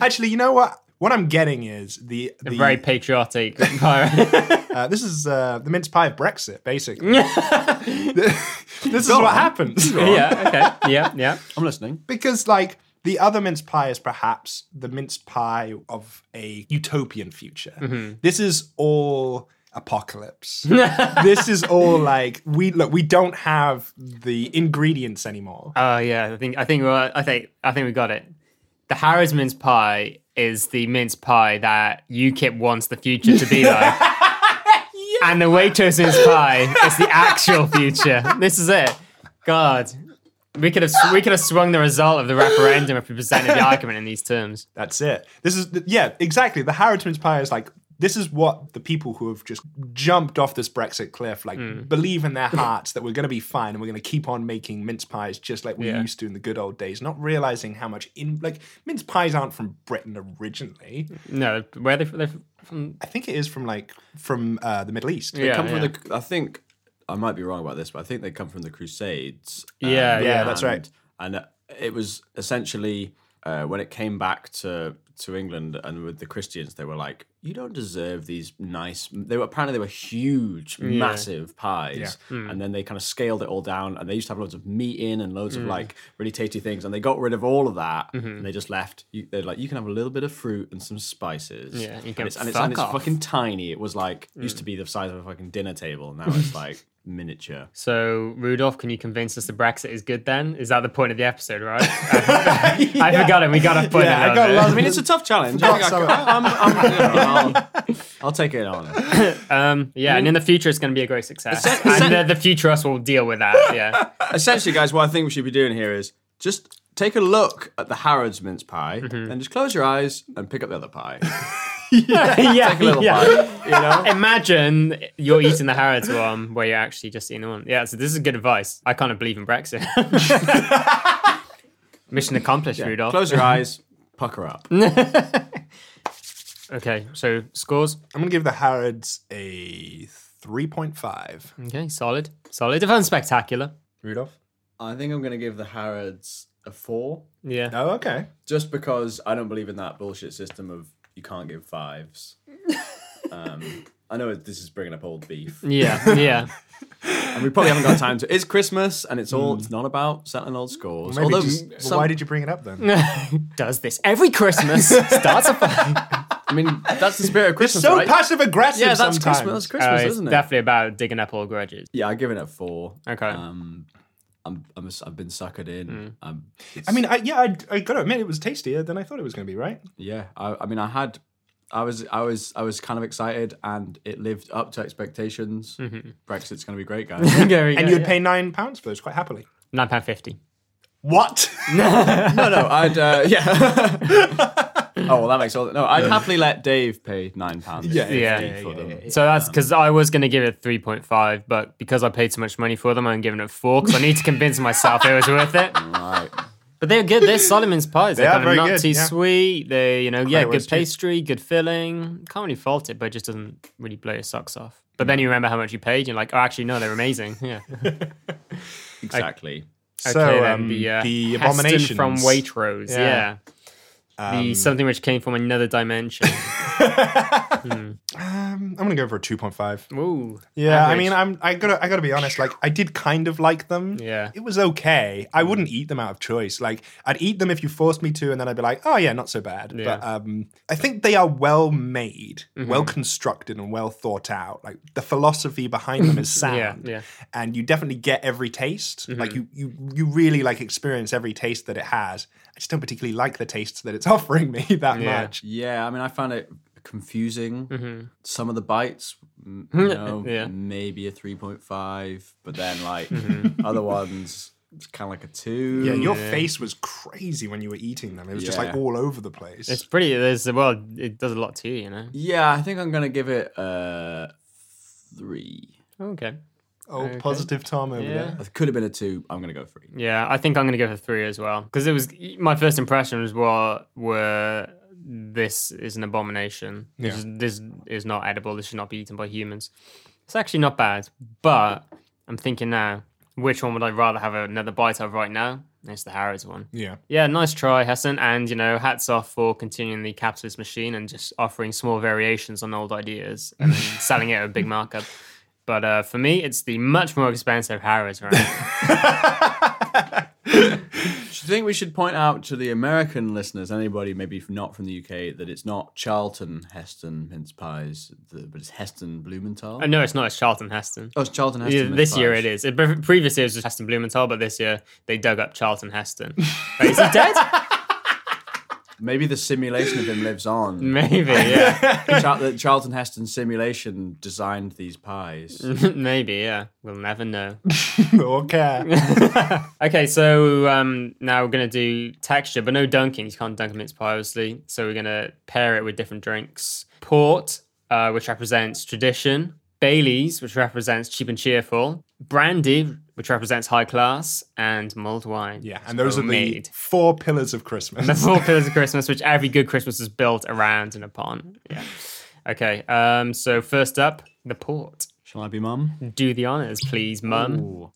Speaker 2: Actually, you know what? What I'm getting is the, the
Speaker 1: Very patriotic *laughs* pirate.
Speaker 2: uh, this is uh, the mince pie of Brexit,
Speaker 1: *laughs*
Speaker 2: basically. *laughs* this is what happens.
Speaker 1: yeah, okay. Yeah, yeah.
Speaker 3: I'm listening.
Speaker 2: because like the other mince pie is perhaps the mince pie of a utopian future. This is all apocalypse. *laughs* this is all like we look. We don't have the ingredients anymore.
Speaker 1: Oh yeah, I think I think we're, I think I think we got it. The Harrods mince pie is the mince pie that UKIP wants the future to be
Speaker 2: *laughs*
Speaker 1: like. And the Waitrose mince pie is the actual future. This is it. God. We could have we could have swung the result of the referendum if we presented the argument in these terms.
Speaker 2: That's it. This is the, yeah, exactly. The Harrods mince pie is like. This is what the people who have just jumped off this Brexit cliff like
Speaker 3: Hmm.
Speaker 2: believe in their hearts that we're going to be fine and we're going to keep on making mince pies just like we used to in the good old days, not realizing how much in like mince pies aren't from Britain originally.
Speaker 1: No, where they they're from?
Speaker 2: I think it is from like from uh, the Middle East.
Speaker 1: Yeah,
Speaker 3: come
Speaker 1: yeah.
Speaker 3: from the. I think I might be wrong about this, but I think they come from the Crusades.
Speaker 2: Uh,
Speaker 1: Yeah,
Speaker 3: Um,
Speaker 1: yeah.
Speaker 2: that's right.
Speaker 3: And uh, it was essentially uh, when it came back to to England and with the Christians, they were like, "You don't deserve these nice." They were apparently they were huge, massive pies,
Speaker 1: Hmm.
Speaker 3: and then they kind of scaled it all down. And they used to have loads of meat in and loads
Speaker 1: Hmm.
Speaker 3: of like really tasty things, and they got rid of all of that,
Speaker 1: Mm-hmm.
Speaker 3: and they just left. You, they're like, "You can have a little bit of fruit and some spices."
Speaker 1: Yeah, you
Speaker 3: and
Speaker 1: can
Speaker 3: it's, and it's, and
Speaker 1: fuck
Speaker 3: it's
Speaker 1: off. Hmm.
Speaker 3: fucking tiny. It was like used to be the size of a fucking dinner table. Now
Speaker 1: *laughs*
Speaker 3: it's like miniature.
Speaker 1: So Rudolph, can you convince us the Brexit is good? Then is that the point of the episode? Right?
Speaker 2: *laughs*
Speaker 1: I, forgot it. We got a point.
Speaker 2: Yeah, I
Speaker 1: out of
Speaker 2: got
Speaker 1: it.
Speaker 2: lost
Speaker 3: I mean, it's a tough challenge.
Speaker 2: Not so-
Speaker 3: will take it on. *laughs*
Speaker 1: Um, yeah, and in the future, it's going to be a great success.
Speaker 3: Essen-
Speaker 1: and uh, the future us will deal with that. Yeah,
Speaker 3: Essentially, guys, what I think we should be doing here is just take a look at the Harrods mince pie, and just close your eyes and pick up the other *laughs* pie.
Speaker 1: *laughs* *laughs* yeah,
Speaker 3: a little
Speaker 1: You
Speaker 3: *laughs*
Speaker 1: know, imagine you're eating the Harrods one where you're actually just eating the one. Yeah, so this is good advice. I kind of believe in *laughs* Brexit. Mission accomplished, Rudolph.
Speaker 3: Close your eyes, pucker up.
Speaker 1: Okay, so scores.
Speaker 2: I'm gonna give the Harrods a 3.5.
Speaker 3: Hmm.
Speaker 1: Okay, solid, solid, if unspectacular.
Speaker 2: Rudolph.
Speaker 3: I think I'm going to give the Harrods a four,
Speaker 1: Yeah.
Speaker 2: Oh, okay.
Speaker 3: just because I don't believe in that bullshit system of you can't give *laughs* fives. um, I know this is bringing up old beef,
Speaker 1: Yeah, *laughs* yeah.
Speaker 3: and we probably haven't got time to. It's Christmas, and it's all. It's not about settling old scores.
Speaker 2: Maybe
Speaker 3: Although
Speaker 2: just, well,
Speaker 3: some-
Speaker 2: why did you bring it up then?
Speaker 1: Does this every Christmas starts *laughs* a fight.
Speaker 3: I mean, *laughs* that's the spirit of Christmas.
Speaker 2: so
Speaker 3: right?
Speaker 2: passive aggressive.
Speaker 3: Yeah, that's
Speaker 2: sometimes.
Speaker 3: Christmas. That's
Speaker 1: Oh,
Speaker 3: Christmas,
Speaker 1: it's
Speaker 3: isn't it?
Speaker 1: definitely about digging up all *laughs* grudges.
Speaker 3: Yeah, I give it a four.
Speaker 1: Okay.
Speaker 3: Um, I'm, I'm a, I've been suckered in. Um,
Speaker 2: I mean, I, yeah, I, I gotta admit it was tastier than I thought it was gonna be. Right?
Speaker 3: yeah. I, I mean, I had, I was, I was, I was kind of excited, and it lived up to expectations. Brexit's gonna be great, guys. *laughs*
Speaker 1: and
Speaker 2: and you'd pay nine pounds for those quite happily.
Speaker 1: nine pound fifty.
Speaker 2: What?
Speaker 3: no, no, I'd, uh, *laughs* yeah. oh well, that makes all. No, I'd happily let Dave pay nine pounds. Yeah,
Speaker 1: yeah, yeah,
Speaker 3: for them.
Speaker 1: So that's because I was going to give it 3.5, but because I paid so much money for them, I'm giving it 4 because I need to convince myself it was worth it.
Speaker 3: Right.
Speaker 1: But they're good. They're Solomon's pies. They're
Speaker 2: are
Speaker 1: kind of
Speaker 2: very
Speaker 1: not
Speaker 2: good,
Speaker 1: too
Speaker 2: yeah.
Speaker 1: sweet. They, you know, yeah, good
Speaker 2: roasted.
Speaker 1: pastry, good filling. Can't really fault it, but it just doesn't really blow your socks off. But then you remember how much you paid, you're like, oh, actually, no, they're
Speaker 2: *laughs*
Speaker 1: amazing. Yeah.
Speaker 3: Exactly.
Speaker 2: so um, the, abomination
Speaker 1: abomination uh, from Waitrose. Yeah.
Speaker 2: Yeah. Um,
Speaker 1: the something which came from another
Speaker 2: *laughs*
Speaker 1: dimension.
Speaker 2: I'm gonna go for a 2.5.
Speaker 1: Ooh.
Speaker 2: Yeah, I
Speaker 1: average.
Speaker 2: mean, I'm I gotta I gotta be honest. Like, I did kind of like them.
Speaker 1: Yeah.
Speaker 2: it was okay. I wouldn't eat them out of choice. Like, I'd eat them if you forced me to, and then I'd be like, oh yeah, not so bad. But um, I think they are well made,
Speaker 1: Mm-hmm.
Speaker 2: well constructed, and well thought out. Like the philosophy behind them is
Speaker 1: *laughs*
Speaker 2: sound.
Speaker 1: Yeah, yeah. Mm-hmm.
Speaker 2: And you definitely get every taste. Like you you you really like experience every taste that it has. I just don't particularly like the tastes that it's *laughs* offering me that much.
Speaker 3: Yeah, I mean, I found it confusing. Some of the bites,
Speaker 1: *laughs*
Speaker 3: m- you know,
Speaker 1: Mm-hmm. Yeah.
Speaker 3: maybe a three point five, but then like
Speaker 1: Mm-hmm.
Speaker 3: *laughs* other ones, it's kind of like a two.
Speaker 2: Yeah, your face was crazy when you were eating them. It was just like
Speaker 3: Yeah.
Speaker 2: all over the place.
Speaker 1: It's pretty, there's, well, it does a lot to you, you know?
Speaker 3: Yeah, I think I'm gonna give it a three.
Speaker 1: Okay.
Speaker 2: Oh, positive Tom over there.
Speaker 3: It could have been a two. I'm gonna go three.
Speaker 1: Yeah, I think I'm going to go for three as well because it was my first impressions were were this is an abomination. This, is, this is not edible. This should not be eaten by humans. It's actually not bad, but I'm thinking now, which one would I rather have another bite of right now? It's the Harrods one.
Speaker 2: *laughs* Yeah.
Speaker 1: Yeah, nice try, Hessen. And, you know, hats off for continuing the capitalist machine and just offering small variations on old ideas and then selling it at a big markup. But uh, for me, it's the much more expensive Harrods round.
Speaker 3: Do you think we should point out to the American listeners, anybody maybe f- not from the UK, that it's not Charlton Heston mince pies, the, but it's Heston Blumenthal?
Speaker 1: Uh, no, it's not. It's Charlton Heston.
Speaker 3: oh, it's Charlton Heston.
Speaker 1: Yeah,
Speaker 3: mince
Speaker 1: this year
Speaker 3: pies.
Speaker 1: it is. It, pre- previous year it was just Heston Blumenthal, but this year they dug up Charlton
Speaker 3: *laughs*
Speaker 1: Heston. Wait, is he dead?
Speaker 3: Maybe the simulation of him lives on.
Speaker 1: Maybe,
Speaker 3: *laughs*
Speaker 1: yeah.
Speaker 3: Char- the Charlton Heston simulation designed these pies.
Speaker 1: Maybe, yeah. We'll never
Speaker 3: *laughs*
Speaker 1: know. *laughs*
Speaker 2: okay.
Speaker 1: Okay, so um, now we're going to do texture, but no dunking. You can't dunk a mince pie, obviously. So we're going to pair it with different drinks. Port, uh, which represents tradition. Bailey's, which represents cheap and cheerful. Brandy, which represents high class. And mulled wine.
Speaker 2: Yeah, and those are the
Speaker 1: Homemade.
Speaker 2: four pillars of Christmas.
Speaker 1: The four pillars of Christmas, which every good Christmas is built around and upon. Yeah. Okay. Um. So first up, the port.
Speaker 3: Shall I be mum?
Speaker 1: Do the honors, please, Mum.
Speaker 3: Well,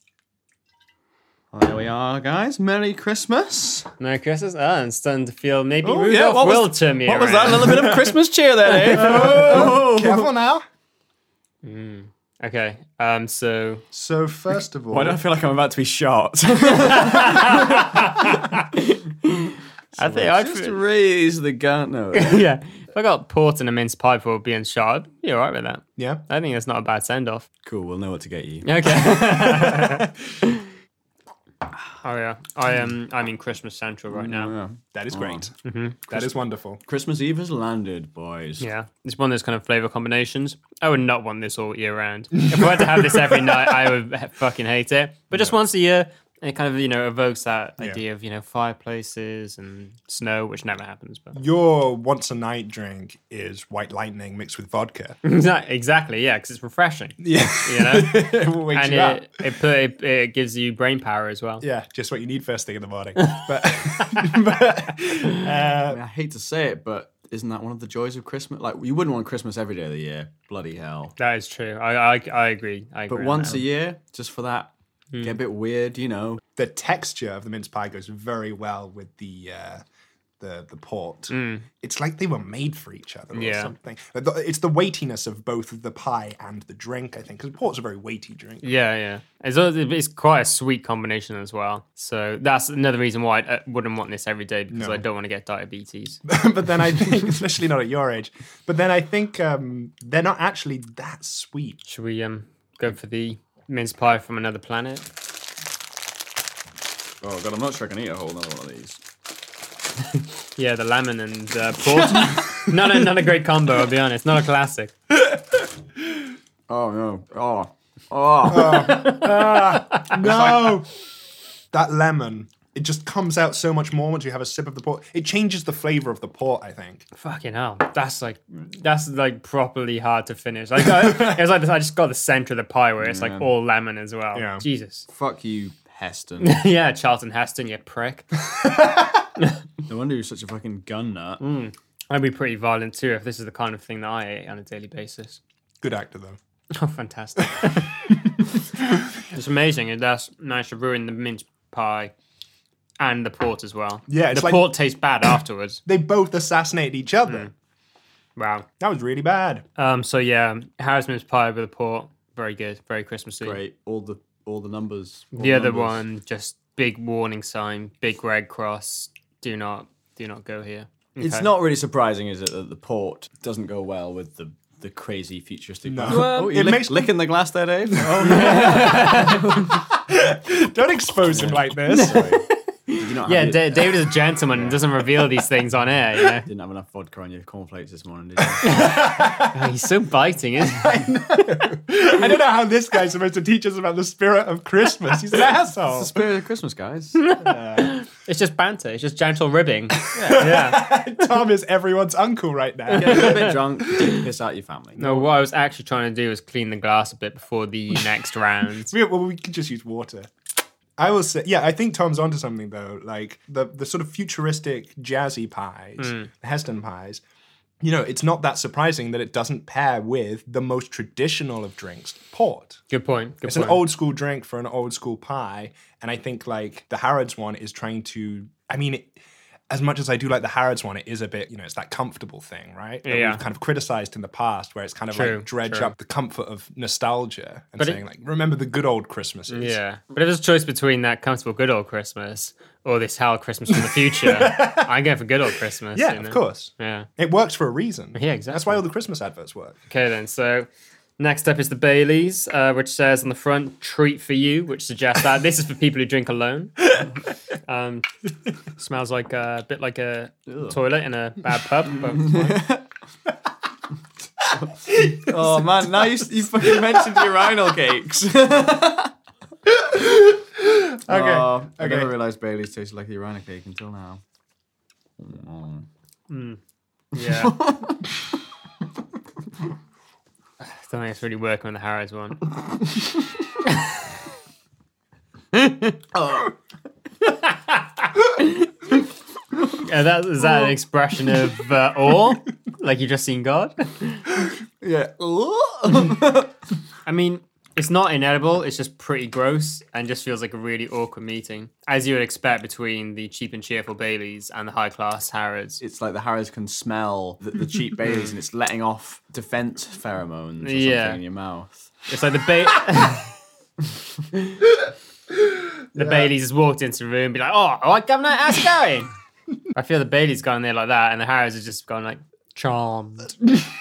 Speaker 3: there we are, guys. Merry Christmas.
Speaker 1: Merry Christmas. Ah, I'm starting to feel maybe
Speaker 3: Oh,
Speaker 1: Rudolph
Speaker 3: yeah, what was-
Speaker 1: will turn me
Speaker 3: What was that?
Speaker 1: around.
Speaker 3: A little bit of Christmas cheer
Speaker 1: *laughs*
Speaker 3: there, eh?
Speaker 1: Oh.
Speaker 2: Careful now.
Speaker 1: Okay. Um. So
Speaker 2: So first of all,
Speaker 3: Why do I feel like I'm about to be *laughs* shot?
Speaker 1: I think I
Speaker 3: Just
Speaker 1: feel-
Speaker 3: to raise the gauntlet.
Speaker 1: *laughs* yeah. If I got port and a mince pie for being shard, you're all right with that.
Speaker 2: yeah,
Speaker 1: I think that's not a bad send off.
Speaker 3: Cool, we'll know what to get you.
Speaker 1: Okay.
Speaker 3: *laughs*
Speaker 1: *laughs* oh yeah. I am. I'm in Christmas Central right now.
Speaker 2: that is great.
Speaker 1: Mm-hmm.
Speaker 2: That is wonderful.
Speaker 3: Christmas Eve has landed, boys.
Speaker 1: Yeah, it's one of those kind of flavor combinations. I would not want this all year round. If I had to have this every night, I would *laughs* h- fucking hate it. But just once a year, it kind of you know evokes that idea of you know fireplaces and snow, which never happens.
Speaker 3: *laughs*
Speaker 1: But *laughs*
Speaker 2: Your once a night drink is white lightning mixed with
Speaker 1: *laughs*
Speaker 2: vodka. it
Speaker 1: Exac- exactly, yeah, because it's
Speaker 3: *laughs*
Speaker 1: refreshing. Yeah, you know,
Speaker 2: will wake
Speaker 1: and
Speaker 2: you up.
Speaker 1: it it, put, it it gives you brain power as well.
Speaker 2: Yeah, just what you need first thing in
Speaker 1: *laughs*
Speaker 2: the morning. But, *laughs* but
Speaker 3: I, mean, I hate to say it, but isn't that one of the joys of Christmas? Like, you wouldn't want Christmas every day of the year. Bloody hell.
Speaker 1: That is true. I I, I agree. I agree
Speaker 3: But
Speaker 1: on
Speaker 3: once
Speaker 1: that.
Speaker 3: a year, just for that,
Speaker 1: Hmm.
Speaker 3: get a bit weird, you know.
Speaker 2: the texture of the mince pie goes very well with the uh, the the port. It's like they were made for each other or
Speaker 1: Yeah.
Speaker 2: something. But the- It's the weightiness of both the pie and the drink, I think, because port's a very weighty drink.
Speaker 1: Yeah, yeah. It's, al- it's quite a sweet combination as well. So that's another reason why I uh, wouldn't want this every day because I don't want to get diabetes.
Speaker 2: *laughs* but then I think, especially not at your age, but then I think um, they're not actually that sweet.
Speaker 1: Should we um go for the mince pie from another planet?
Speaker 3: Oh, God, I'm not sure I can eat a whole another one of these.
Speaker 1: Yeah, the lemon and uh, port. not, a, not a great combo, I'll be honest. Not a classic.
Speaker 3: Oh, no. *laughs* Oh. Oh.
Speaker 2: No, *laughs* that lemon. It just comes out so much more once you have a sip of the port. It changes the flavor of the port, I think.
Speaker 1: Fucking hell, that's like that's like properly hard to finish. Like I, it was like I just got the center of the pie where it's like all lemon as well.
Speaker 2: Yeah.
Speaker 1: Jesus. *laughs*
Speaker 3: *laughs* Fuck you, *laughs* Heston.
Speaker 1: Yeah, Charlton Heston, you prick.
Speaker 3: No wonder you're such a fucking gun nut.
Speaker 1: I'd be pretty violent too if this is the kind of thing that I ate on a daily basis.
Speaker 2: Good actor though.
Speaker 1: *laughs* Oh, fantastic. it's amazing. It does manage to ruin the mince pie and the port as well.
Speaker 2: Yeah, it's
Speaker 1: the
Speaker 2: like-
Speaker 1: port tastes bad afterwards.
Speaker 2: They both assassinated each other.
Speaker 1: Wow.
Speaker 2: That was really bad.
Speaker 1: Um. So yeah, Harris mince pie with the port, very good, very Christmassy.
Speaker 3: Great. All the all the numbers. all
Speaker 1: The other
Speaker 3: numbers.
Speaker 1: one, just big warning sign, big red cross. Do not, do not go here.
Speaker 3: It's not really surprising, is it, that the port doesn't go well with the, the crazy futuristic. No. oh, you
Speaker 2: it
Speaker 3: lick-
Speaker 2: makes-
Speaker 3: licking the glass there,
Speaker 2: *laughs*
Speaker 3: Dave. Oh,
Speaker 2: Don't expose him
Speaker 3: *laughs*
Speaker 2: like this.
Speaker 3: did you not
Speaker 1: Yeah,
Speaker 3: have
Speaker 1: Da-
Speaker 3: your-
Speaker 1: David is a gentleman and doesn't reveal these things on air. You know?
Speaker 3: didn't have enough vodka on your cornflakes this morning, did
Speaker 2: *laughs*
Speaker 3: you?
Speaker 1: Oh, *laughs* he's so biting, isn't he?
Speaker 2: I don't know how this guy's supposed to teach us about the spirit of Christmas. He's an
Speaker 3: *laughs*
Speaker 2: asshole.
Speaker 3: Spirit of Christmas, *laughs* guys.
Speaker 1: It's just banter. It's just gentle *laughs* ribbing.
Speaker 2: Tom is everyone's uncle right now.
Speaker 3: Get a little *laughs* bit drunk, take the piss out your family.
Speaker 1: No, what I was actually trying to do was clean the glass a bit before
Speaker 2: *laughs*
Speaker 1: the next round.
Speaker 2: We, well, we could just use water. I will say, yeah, I think Tom's onto something though. Like the the sort of futuristic jazzy pies, the Heston pies, you know, it's not that surprising that it doesn't pair with the most traditional of drinks, port.
Speaker 1: Good point. Good
Speaker 2: It's an
Speaker 1: point.
Speaker 2: old school drink for an old school pie. And I think like the Harrods one is trying to, I mean, it, as much as I do like the Harrods one, it is a bit, you know, it's that comfortable thing, right? That
Speaker 1: Yeah.
Speaker 2: we've kind of criticized in the past where it's kind of
Speaker 1: True,
Speaker 2: like dredge
Speaker 1: true.
Speaker 2: up the comfort of nostalgia and
Speaker 1: But it-
Speaker 2: saying like, remember the good old Christmases.
Speaker 1: Yeah, but if there's a choice between that comfortable good old Christmas or this Hal Christmas from the
Speaker 2: *laughs*
Speaker 1: future, I'm going for good old Christmas.
Speaker 2: Yeah,
Speaker 1: you know?
Speaker 2: of course.
Speaker 1: Yeah.
Speaker 2: It works for a reason.
Speaker 1: Yeah,
Speaker 2: That's
Speaker 1: exactly.
Speaker 2: why all the Christmas adverts work.
Speaker 1: Okay, then. So next up is the Baileys, uh, which says on the front "treat for you," which suggests that this is for people who drink
Speaker 2: *laughs*
Speaker 1: alone. um, smells like a bit like a toilet in a bad pub.
Speaker 2: *laughs*
Speaker 1: But
Speaker 3: Oh man, now you, you fucking mentioned *laughs* urinal cakes.
Speaker 2: Okay.
Speaker 3: Oh, I
Speaker 2: okay.
Speaker 3: never realised Bailey's tasted like a urinal cake until now.
Speaker 1: yeah. *laughs* I don't think it's really working on the Harrods one. *laughs* yeah, that is that an expression of uh, awe, like you just seen God.
Speaker 3: *laughs* Yeah.
Speaker 1: I mean, it's not inedible. It's just pretty gross and just feels like a really awkward meeting, as you would expect between the cheap and cheerful Baileys and the high class Harrods.
Speaker 3: it's like the Harrows can smell the, the cheap Baileys and it's letting off defense pheromones or
Speaker 1: Yeah.
Speaker 3: something in your mouth.
Speaker 1: It's like the ba- *laughs* the Baileys just walked into the room, and be like, "Oh, all right, Governor, how's it *laughs* going?" I feel the Bailey's gone in there like that, and the Harrows has just gone like charmed,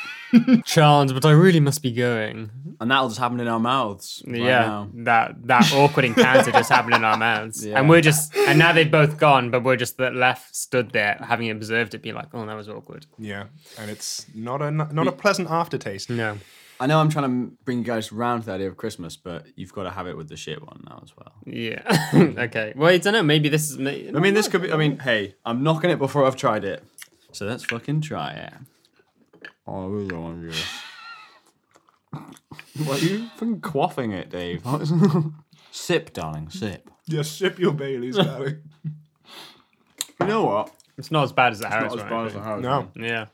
Speaker 1: *laughs* charmed. But I really must be going.
Speaker 3: And that'll just happen in our mouths. Right
Speaker 1: yeah,
Speaker 3: Now.
Speaker 1: that that awkward encounter just happened in our *laughs* mouths, and we're just and now they've both gone, but we're just the left stood there, having observed it, being like, "Oh, that was awkward."
Speaker 2: Yeah. And it's not a not a pleasant aftertaste.
Speaker 1: No,
Speaker 3: I know I'm trying to bring you guys round to the idea of Christmas, but you've got to have it with the shit one now as well.
Speaker 1: yeah, *laughs* okay. Well, I don't know. Maybe this is. may-
Speaker 3: I mean, this could be. I mean, hey, I'm knocking it before I've tried it. So let's fucking try it. Oh, this is the one you- What are you fucking quaffing it, Dave? *laughs* sip, darling, sip.
Speaker 2: Just sip your
Speaker 1: *laughs*
Speaker 2: Bailey's, darling.
Speaker 3: You know what?
Speaker 1: it's not as bad as the Harrods. one, I think.
Speaker 2: No.
Speaker 1: Yeah.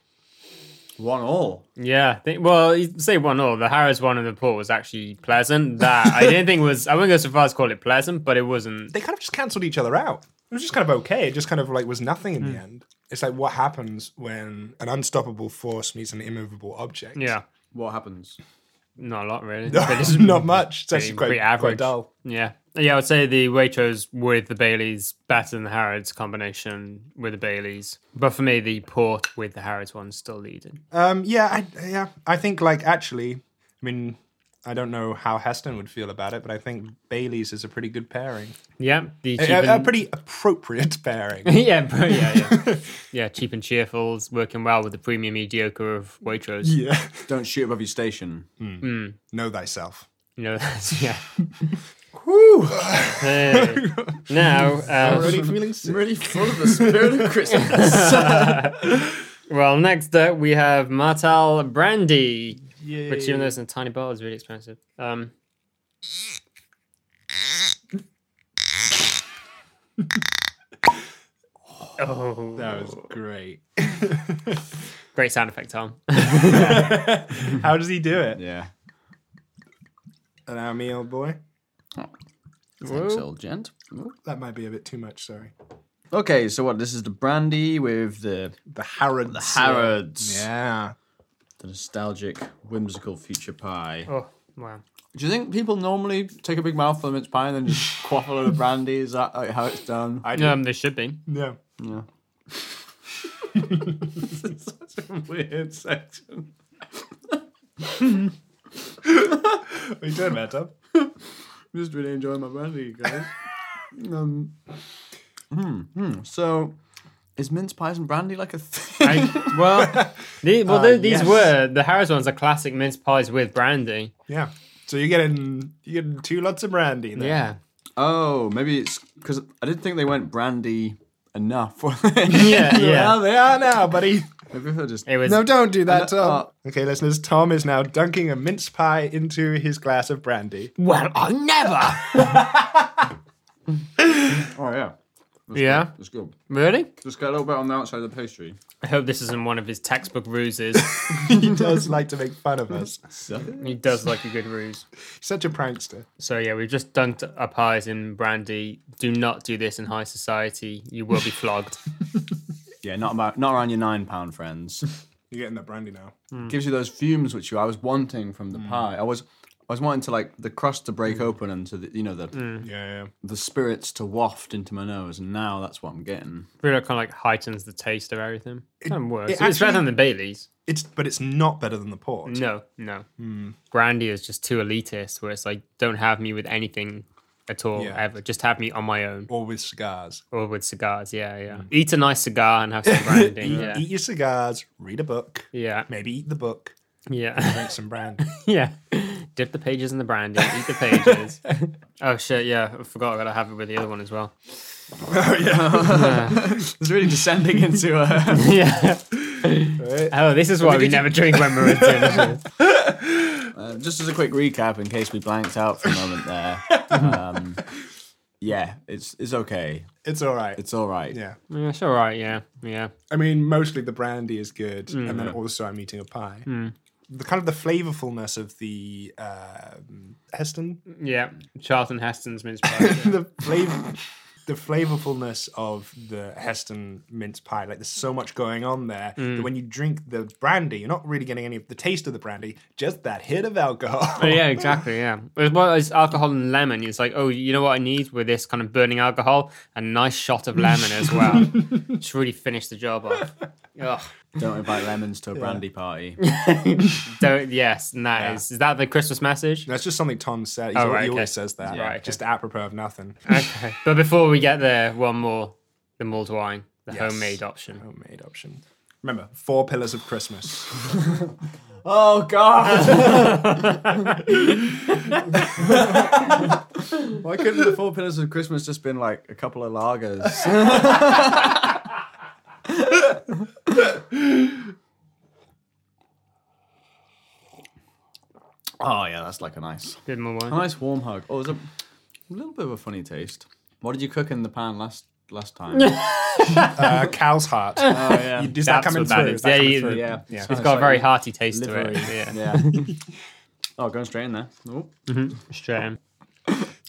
Speaker 3: One all.
Speaker 1: Yeah, they, well, you say one all. The Harris one in the pool was actually pleasant. That I didn't think was. I wouldn't go so far as call it pleasant, but it wasn't.
Speaker 2: They kind of just cancelled each other out. It was just kind of okay. It just kind of like was nothing in the
Speaker 1: Hmm.
Speaker 2: end. It's like what happens when an unstoppable force meets an immovable object. *laughs*
Speaker 1: Yeah,
Speaker 3: What happens?
Speaker 1: not a lot really. They just-
Speaker 2: not much. It's actually
Speaker 1: pretty, pretty
Speaker 2: quite,
Speaker 1: average.
Speaker 2: quite dull.
Speaker 1: Yeah, yeah. I would say the Waitrose with the Baileys better than the Harrods combination with the Baileys, but for me, the port with the Harrods one still leading.
Speaker 2: Um, yeah, I, yeah. I think like actually, I mean, I don't know how Heston would feel about it, but I think Bailey's is a pretty good pairing,
Speaker 1: Yeah, the cheap
Speaker 2: A- a, a
Speaker 1: and-
Speaker 2: pretty appropriate *laughs* pairing.
Speaker 1: *laughs* yeah, bro, yeah, yeah, yeah. Cheap and cheerfuls working well with the premium mediocre of Waitrose.
Speaker 2: yeah,
Speaker 3: Don't shoot above your station.
Speaker 2: know thyself.
Speaker 1: You know, *laughs* that's, yeah.
Speaker 2: *laughs*
Speaker 1: Hey. Now, uh,
Speaker 2: feeling
Speaker 3: I'm really full of the spirit of Christmas.
Speaker 1: well, next up we have Martel Brandy, which even though it's in a tiny bottle is really expensive. Um, *laughs* oh,
Speaker 2: *laughs* That was great.
Speaker 1: *laughs* great sound effect, Tom.
Speaker 2: How does he do it?
Speaker 3: yeah.
Speaker 2: An hour meal, boy.
Speaker 3: Thanks, old gent.
Speaker 2: That might be a bit too much. Sorry.
Speaker 3: Okay, so what? This is the brandy with the
Speaker 2: The Harrods.
Speaker 3: the Harrods,
Speaker 2: Yeah.
Speaker 3: the nostalgic, whimsical future pie.
Speaker 1: oh, wow.
Speaker 3: Do you think people normally take a big mouthful of mince pie and then *laughs* just quaff a load of brandy? Is that like, how it's done? I
Speaker 1: *laughs* Um, there should be.
Speaker 2: *laughs* Yeah.
Speaker 3: such a weird section.
Speaker 2: What are you doing, Matt? Dub?
Speaker 3: I'm just really enjoying my brandy, guys. *laughs* um, hmm, hmm. So, is mince pies and brandy like a thing?
Speaker 1: I, well, the, well, th- these
Speaker 3: yes.
Speaker 1: were the Harris ones are classic mince pies with brandy.
Speaker 2: Yeah. So you're getting you're getting two lots of brandy. Then.
Speaker 1: Yeah.
Speaker 3: *laughs* oh, maybe it's because I didn't think they went brandy enough. *laughs*
Speaker 1: Yeah, yeah.
Speaker 2: Well, they are now, buddy.
Speaker 3: maybe they're just
Speaker 1: It was
Speaker 2: No, don't do that,
Speaker 3: I know-
Speaker 2: Tom. okay, listeners. Tom is now dunking a mince pie into his glass of brandy.
Speaker 3: *laughs*
Speaker 1: Well, I never.
Speaker 3: Oh yeah.
Speaker 1: Yeah.
Speaker 5: It's good.
Speaker 1: Really?
Speaker 5: Just get a little bit on the outside of the pastry.
Speaker 1: I hope this isn't one of his textbook ruses. *laughs*
Speaker 2: he does like to make fun of us.
Speaker 1: he does like a good ruse.
Speaker 2: Such a prankster.
Speaker 1: So yeah, we've just done t- our pies in brandy. Do not do this in high society. You will
Speaker 2: *laughs*
Speaker 1: be flogged.
Speaker 3: Yeah, not about not around your nine pound friends. *laughs*
Speaker 2: You're getting that brandy now.
Speaker 3: Hmm.
Speaker 5: Gives you those fumes which you I was wanting from the pie. I was I was wanting to like the crust to
Speaker 3: Hmm.
Speaker 5: break open and to the you know the
Speaker 2: Yeah, yeah.
Speaker 5: the spirits to waft into my nose and now that's what I'm getting.
Speaker 1: really kind of like heightens the taste of everything. Kind of works.
Speaker 2: it
Speaker 1: it's better
Speaker 2: actually-
Speaker 1: than the Baileys.
Speaker 2: It's but it's not better than the port.
Speaker 1: No, no.
Speaker 2: Hmm.
Speaker 1: Brandy is just too elitist, where it's like, don't have me with anything at all
Speaker 2: Yeah.
Speaker 1: ever. Just have me on my own
Speaker 2: Or with cigars.
Speaker 1: or with cigars. Yeah, yeah. Eat a nice cigar and have some brandy.
Speaker 2: Hmm. *laughs* Eat,
Speaker 1: yeah.
Speaker 2: eat your cigars, read a book,
Speaker 1: yeah,
Speaker 2: maybe eat the book,
Speaker 1: yeah, *laughs*
Speaker 2: drink some brandy.
Speaker 1: yeah. Dip the pages in the brandy. Eat the pages.
Speaker 2: *laughs*
Speaker 1: oh shit! Yeah, I forgot. I gotta have it with the other one as well.
Speaker 3: It's really descending into a
Speaker 1: yeah. Oh, this is why we never drink when we're in dinner.
Speaker 3: Uh, just as a quick recap, in case we blanked out for a moment there. *laughs* Um, yeah, it's it's okay.
Speaker 2: *laughs* it's all right.
Speaker 3: It's all right.
Speaker 2: yeah.
Speaker 1: *laughs* yeah, it's all right. Yeah, yeah.
Speaker 2: I mean, mostly the brandy is good, and
Speaker 1: Mm.
Speaker 2: then also I'm eating a pie. The kind of the flavorfulness of the um, Heston,
Speaker 1: Yeah, Charlton Heston's mince pie.
Speaker 2: *laughs* the flavor, the flavorfulness of the Heston mince pie. Like there's so much going on there
Speaker 1: Mm.
Speaker 2: that when you drink the brandy, you're not really getting any of the taste of the brandy, just that hit of alcohol.
Speaker 1: Oh, *laughs* yeah, exactly. Yeah, as well as alcohol and lemon, it's like, oh, you know what I need with this kind of burning alcohol? A nice shot of lemon as *laughs* well. Just really finish the job off. Ugh.
Speaker 3: Don't invite lemons *laughs* to a brandy party.
Speaker 1: Don't. Yes, and that is is that the Christmas message?
Speaker 2: *laughs* That's just something Tom said. He's
Speaker 1: Oh,
Speaker 2: al-
Speaker 1: right,
Speaker 2: he
Speaker 1: okay.
Speaker 2: always says that.
Speaker 1: Yeah, right,
Speaker 2: Just apropos of nothing.
Speaker 1: Okay. But before we get there, one more: the mulled wine, the
Speaker 2: Yes.
Speaker 1: homemade option.
Speaker 2: Homemade option. Remember, four pillars of Christmas.
Speaker 3: *laughs*
Speaker 2: Uh,
Speaker 3: Oh God!
Speaker 5: Why couldn't the four pillars of Christmas just been like a couple of lagers?
Speaker 3: oh yeah, that's like a nice,
Speaker 1: Good mulled
Speaker 5: a
Speaker 1: wine.
Speaker 5: nice warm hug. Oh, it was a little bit of a funny taste.
Speaker 3: What did you cook in the pan last last time?
Speaker 2: Uh, cow's heart.
Speaker 3: Oh, yeah.
Speaker 2: Is that coming through? Is that
Speaker 1: Yeah,
Speaker 2: coming
Speaker 1: you-
Speaker 2: through?
Speaker 3: yeah,
Speaker 2: Yeah.
Speaker 1: It's got a very hearty taste to it.
Speaker 3: livery.
Speaker 1: Yeah,
Speaker 3: yeah. oh, going straight in there. Oh.
Speaker 1: straight. in.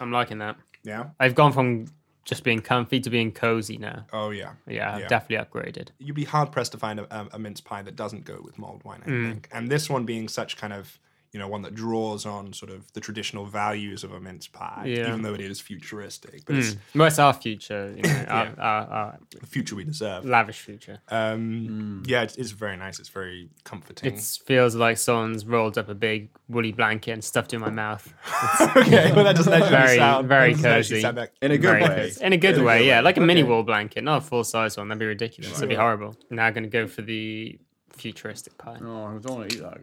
Speaker 1: I'm liking that.
Speaker 2: Yeah.
Speaker 1: I've gone from just being comfy to being cozy now.
Speaker 2: Oh yeah.
Speaker 1: Yeah, I've
Speaker 2: Yeah.
Speaker 1: definitely upgraded.
Speaker 2: You'd be hard pressed to find a, um, a mince pie that doesn't go with mulled wine, I
Speaker 1: Mm.
Speaker 2: think. And this one being such kind of you know one that draws on sort of the traditional values of a mince pie,
Speaker 1: Yeah. Mm.
Speaker 2: even though it is futuristic, but it's
Speaker 1: Well, it's our future,
Speaker 2: *laughs*
Speaker 1: you know, our, our, our
Speaker 2: the future we deserve.
Speaker 1: lavish future.
Speaker 2: Um, Yeah, it's, it's very nice. It's very comforting.
Speaker 1: It feels like someone's rolled up a big woolly blanket and stuffed it in my mouth.
Speaker 2: *laughs* okay, well *laughs* that doesn't actually
Speaker 1: Very,
Speaker 2: sound
Speaker 1: very
Speaker 2: *laughs* that doesn't actually
Speaker 1: cozy.
Speaker 2: sound that-
Speaker 5: In a good
Speaker 1: Very
Speaker 5: way.
Speaker 1: good. In a good way, yeah. Like a mini wool blanket, not a full size one. That'd be ridiculous. That'd be horrible. Now I'm going to go for the futuristic pie.
Speaker 5: Oh, I don't want to eat that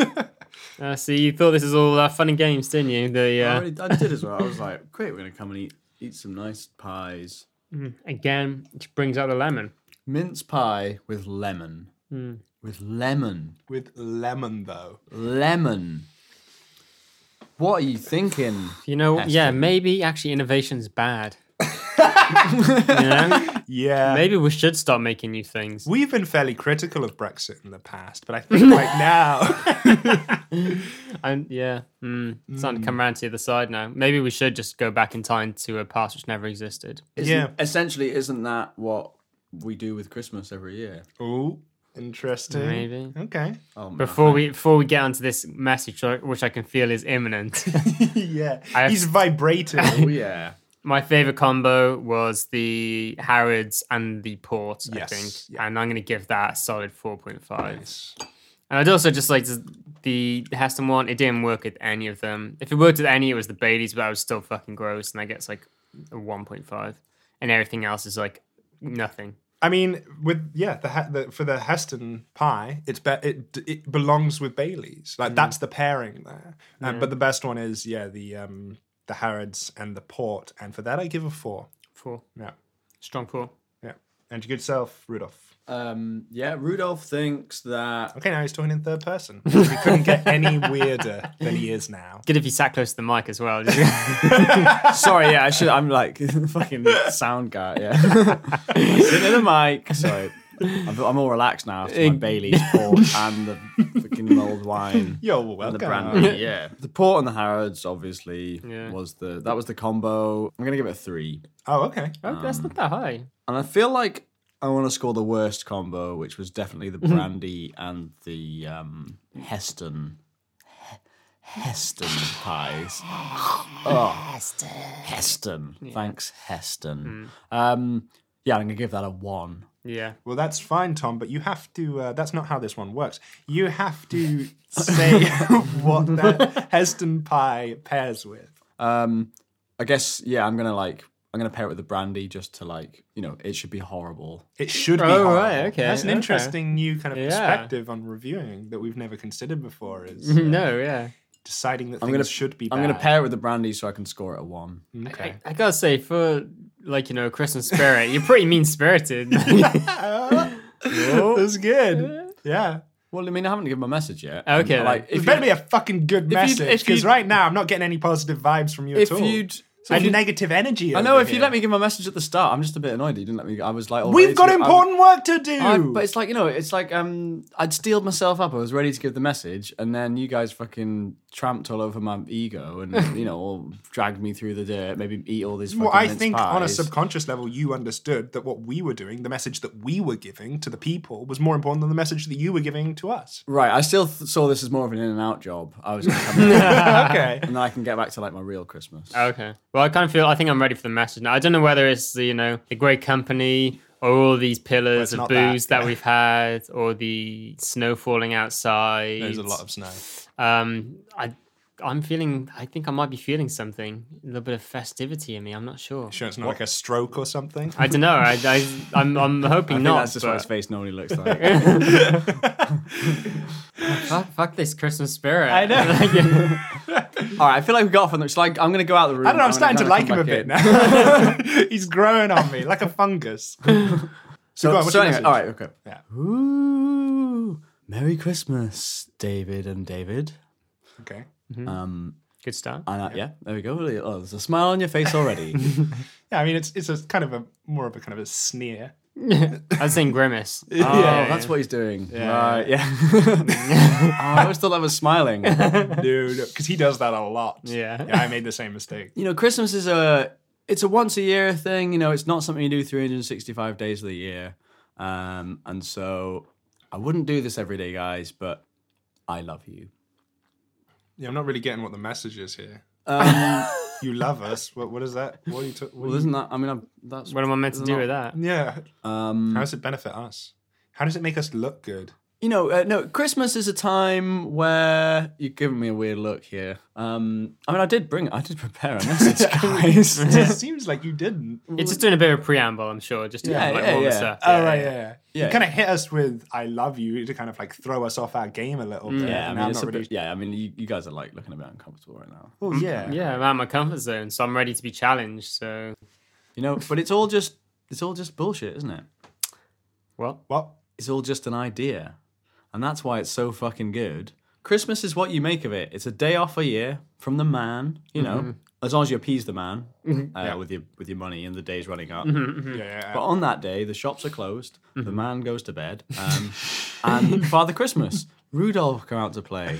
Speaker 5: again.
Speaker 1: Uh, so you thought this was all uh, fun and games, didn't you? The
Speaker 5: I,
Speaker 1: uh,
Speaker 5: already, I did as well. I was like, great, we're gonna come and eat eat some nice pies.
Speaker 1: Again, it brings out the lemon.
Speaker 5: Mince pie with lemon. With lemon.
Speaker 2: with lemon though.
Speaker 5: Lemon. What are you thinking?
Speaker 1: You know, yeah, maybe actually
Speaker 5: *laughs*
Speaker 1: innovation's bad. you know?
Speaker 2: Yeah.
Speaker 1: Maybe we should start making new things.
Speaker 2: We've been fairly critical of Brexit in the
Speaker 1: *laughs*
Speaker 2: past, but I think right now, *laughs*
Speaker 1: And yeah, mm, it's starting
Speaker 5: Hmm.
Speaker 1: to come around to the other side now. Maybe we should just go back in time to a past which never existed.
Speaker 5: Isn't-
Speaker 2: Yeah.
Speaker 5: Essentially, isn't that what we do with Christmas every year?
Speaker 2: oh, interesting.
Speaker 1: Maybe. *laughs*
Speaker 2: Okay. *laughs*
Speaker 5: Oh, man.
Speaker 1: Before we before we get onto this message, uh, which I can feel is imminent, *laughs*
Speaker 2: yeah.
Speaker 1: I-
Speaker 2: He's vibrating.
Speaker 1: *laughs*
Speaker 5: Oh, yeah.
Speaker 1: my favorite combo was the Harrods and the Port.
Speaker 2: Yes,
Speaker 1: I think,
Speaker 2: yeah.
Speaker 1: and I'm going to give that a solid four point five. And I'd also just like to, the Heston one. It didn't work with any of them. If it worked with any, it was the Baileys, but I was still fucking gross, and that gets like a one point five, and everything else is like nothing.
Speaker 2: I mean, with yeah, the, Ha- the for the Heston pie, it's be- it it belongs with Bailey's.
Speaker 1: Mm.
Speaker 2: Like that's the pairing there. Um, But the best one is yeah, the um the Harrods and the port, and for that I give a four.
Speaker 1: Four.
Speaker 2: Yeah,
Speaker 1: Strong four.
Speaker 2: yeah. And your good self, Rudolph.
Speaker 3: Um, yeah, Rudolph thinks that
Speaker 2: Okay, now he's talking in third person. He couldn't
Speaker 1: *laughs*
Speaker 2: get any weirder than he is now.
Speaker 1: Good if you sat close to the mic as
Speaker 2: *laughs*
Speaker 1: well. didn't you?
Speaker 3: Sorry, yeah, I should. I'm like *laughs* fucking sound guy. Yeah, *laughs* sitting in the mic. Sorry, I'm, I'm all relaxed now after my Bailey's port and the fucking mulled wine.
Speaker 2: *laughs* You're
Speaker 3: and the
Speaker 2: welcome.
Speaker 3: brandy. Yeah, the port and the Harrods obviously was the that was the combo. I'm gonna give it a three,
Speaker 2: Oh, okay.
Speaker 1: Oh, that's not that high.
Speaker 3: and I feel like I want to score the worst combo, which was definitely the
Speaker 1: Mm-hmm.
Speaker 3: brandy and the um, Heston. He- Heston pies.
Speaker 1: *gasps*
Speaker 3: Heston. Thanks, Heston.
Speaker 1: Mm.
Speaker 3: Um, yeah, I'm gonna give that a one.
Speaker 1: Yeah.
Speaker 2: Well, that's fine, Tom, but you have to. Uh, that's not how this one works. You have to say *laughs* what that Heston pie pairs with.
Speaker 3: Um, I guess yeah, I'm gonna like I'm gonna pair it with the brandy just to like you know it should be horrible.
Speaker 2: It should be.
Speaker 1: Oh,
Speaker 2: horrible.
Speaker 1: right, okay,
Speaker 2: That's an
Speaker 1: okay.
Speaker 2: interesting new kind of
Speaker 1: Yeah.
Speaker 2: perspective on reviewing that we've never considered before. Is uh,
Speaker 1: *laughs* No, yeah.
Speaker 2: deciding that
Speaker 3: Mm-hmm. I'm
Speaker 2: things
Speaker 3: gonna
Speaker 2: should be.
Speaker 3: I'm gonna
Speaker 2: bad. Mm.
Speaker 3: pair it with the brandy so I can score it a one.
Speaker 2: Okay.
Speaker 1: I gotta say, for like you know Christmas spirit, you're pretty mean
Speaker 2: *laughs*
Speaker 1: spirited. okay,
Speaker 2: That's Oh, good. Yeah.
Speaker 3: Well, I mean I haven't given my message yet.
Speaker 1: Okay,
Speaker 3: And, like
Speaker 1: then.
Speaker 2: It
Speaker 3: if
Speaker 2: better be a fucking good
Speaker 3: you'd-
Speaker 2: message
Speaker 3: if
Speaker 2: because
Speaker 3: you'd-
Speaker 2: right now I'm not getting any positive vibes from you
Speaker 3: if
Speaker 2: at all.
Speaker 3: you'd.
Speaker 2: so negative energy.
Speaker 3: I know
Speaker 2: over
Speaker 3: if you
Speaker 2: here.
Speaker 3: let me give my message at the start, I'm just a bit annoyed that you didn't let me. I was like, all ready
Speaker 2: We've
Speaker 3: to
Speaker 2: got
Speaker 3: go- I'm-
Speaker 2: important work to do.
Speaker 3: I- but it's like you know, it's like um, I'd steeled myself up. I was ready to give the message, and then you guys fucking tramped all over my ego, and
Speaker 2: *laughs*
Speaker 3: you know, all dragged me through the dirt. Maybe eat all these.
Speaker 2: well,
Speaker 3: fucking
Speaker 2: I
Speaker 3: mince
Speaker 2: think on a
Speaker 3: pies.
Speaker 2: subconscious level, you understood that what we were doing, the message that we were giving to the people, was more important than the message that you were giving to us.
Speaker 3: Right, I still th- saw this as more of an in and out job. I was, gonna come
Speaker 2: *laughs*
Speaker 3: in,
Speaker 2: okay.
Speaker 3: and then I can get back to like my real Christmas.
Speaker 1: Uh, well, I kind of feel I think I'm ready for the message now. I don't know whether it's the you know the great company or all these pillars
Speaker 2: it's
Speaker 1: of
Speaker 2: not that,
Speaker 1: booze that,
Speaker 2: yeah.
Speaker 1: we've had, or the snow falling outside.
Speaker 2: There's a lot of snow.
Speaker 1: Um, I, I'm feeling. I think I might be feeling something. A little bit of festivity in me. I'm not sure.
Speaker 2: Sure, it's not like a stroke or something.
Speaker 1: I don't know. I, I, I'm, I'm hoping
Speaker 3: *laughs* I think
Speaker 1: not.
Speaker 3: that's just
Speaker 1: but-
Speaker 3: what his face
Speaker 2: *laughs*
Speaker 3: normally looks like.
Speaker 1: Fuck, fuck this Christmas spirit.
Speaker 2: *laughs*
Speaker 3: I know. *laughs* All right, I feel like we got off on this. Like, I'm going to go out the room.
Speaker 2: I don't know. I'm starting to like him a bit now.
Speaker 3: *laughs*
Speaker 2: *laughs* He's growing on me like a fungus.
Speaker 3: So,
Speaker 2: go on, what's
Speaker 3: so
Speaker 2: your
Speaker 3: anyway,
Speaker 2: message?
Speaker 3: all right, okay.
Speaker 2: Yeah.
Speaker 3: Ooh, Merry Christmas, David and David.
Speaker 2: Okay.
Speaker 1: Good start.
Speaker 3: And uh, yeah. there we go. Oh, there's a smile on your face already. Oh,
Speaker 2: Yeah, I mean, it's it's a kind of a more of a kind of a sneer.
Speaker 1: I was saying grimace. Oh,
Speaker 3: Oh, that's what he's doing. Right, yeah. Oh, I always thought that was smiling.
Speaker 2: No, no, because he does that a lot.
Speaker 1: Yeah.
Speaker 2: yeah, I made the same mistake.
Speaker 3: you know, Christmas is a it's a once a year thing. You know, it's not something you do 365 days of the year. Um, and so I wouldn't do this every day, guys, but I love you.
Speaker 2: Yeah, I'm not really getting what the message is here. *laughs* you love us. What what is that? What are you? ta- what
Speaker 3: Um, Well,
Speaker 2: are you
Speaker 3: isn't that? I mean, I'm, that's
Speaker 1: What am I meant
Speaker 3: *laughs*
Speaker 1: to do with that?
Speaker 2: yeah.
Speaker 3: Um,
Speaker 2: How does it benefit us? How does it make us look
Speaker 3: *laughs*
Speaker 2: good?
Speaker 3: you know, uh, no. Christmas is a time where you're giving me a weird look here. Um, I mean, I did bring, I did prepare
Speaker 2: *laughs*
Speaker 3: a message, guys.
Speaker 2: it seems like you didn't.
Speaker 1: It's just doing a bit of preamble, I'm sure, just to
Speaker 3: Yeah,
Speaker 1: kind of like
Speaker 3: yeah,
Speaker 1: warm
Speaker 3: yeah.
Speaker 1: us up.
Speaker 2: Oh right, yeah, yeah.
Speaker 3: Yeah.
Speaker 2: You kind of hit us with "I love you" to kind of like throw us off our game a little bit.
Speaker 3: *laughs* Mm, yeah, I
Speaker 2: and
Speaker 3: mean,
Speaker 2: I'm
Speaker 3: it's
Speaker 2: not
Speaker 3: a
Speaker 2: really.
Speaker 3: bit, yeah, I mean, you, you guys are like looking a bit uncomfortable right now. Mm.
Speaker 2: Well, yeah,
Speaker 1: Yeah, I'm out of my comfort zone, so I'm ready to be challenged. So,
Speaker 3: You know, but it's all just, it's all just bullshit, isn't it?
Speaker 1: well,
Speaker 2: What?
Speaker 3: It's all just an idea. And that's why it's so fucking good. Christmas is what you make of it. It's a day off a year from the man, you know,
Speaker 2: Mm-hmm.
Speaker 3: as long as you appease the man uh, with your with your money and the day's running up.
Speaker 2: Yeah, yeah.
Speaker 3: But on that day, the shops are closed, the
Speaker 2: Mm-hmm.
Speaker 3: man goes to bed, um,
Speaker 2: *laughs*
Speaker 3: and Father Christmas, Rudolph come out to play.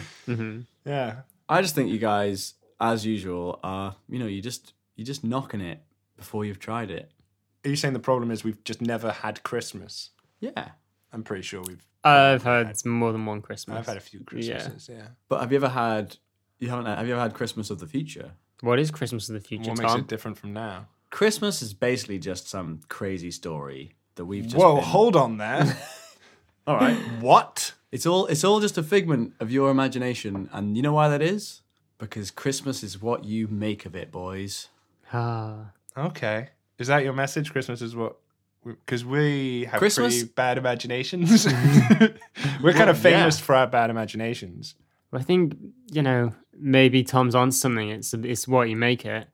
Speaker 2: yeah.
Speaker 3: I just think you guys, as usual, are you know you just you're just knocking it before you've tried it.
Speaker 2: Are you saying the problem is we've just never had Christmas?
Speaker 3: Yeah.
Speaker 2: I'm pretty sure we've.
Speaker 1: I've had more than one Christmas.
Speaker 2: I've had a few Christmases. Yeah.
Speaker 3: But have you ever had you haven't have you ever had Christmas of the future?
Speaker 1: What is Christmas in the future,
Speaker 2: What makes
Speaker 1: Tom?
Speaker 2: it different from now?
Speaker 3: Christmas is basically just some crazy story that we've just
Speaker 2: Whoa,
Speaker 3: been-
Speaker 2: hold on
Speaker 3: *laughs*
Speaker 2: there.
Speaker 3: all right.
Speaker 2: what?
Speaker 3: It's all it's all just a figment of your imagination, and you know why that is? Because Christmas is what you make of it, boys.
Speaker 1: Ah,
Speaker 2: Okay. Is that your message? Christmas is what. Because we have
Speaker 3: Christmas-
Speaker 2: pretty bad imaginations. *laughs* We're kind of famous for our bad imaginations.
Speaker 1: well, I think you know maybe Tom's on something. It's it's what you make it,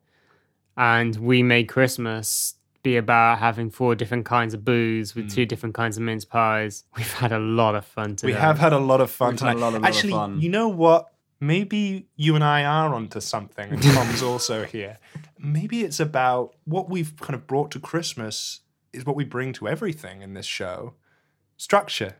Speaker 1: and we made Christmas be about having four different kinds of booze with two different kinds of mince pies. *laughs* We've had a lot of fun today.
Speaker 2: Hmm. We have had a lot of fun
Speaker 5: We've had a
Speaker 2: tonight.
Speaker 5: lot of- lot of
Speaker 2: Actually,
Speaker 5: fun.
Speaker 2: you know what? Maybe you and I are onto something,
Speaker 5: *laughs*
Speaker 2: and Tom's also here. Maybe it's about what we've kind of brought to Christmas is what we bring to everything in this show structure.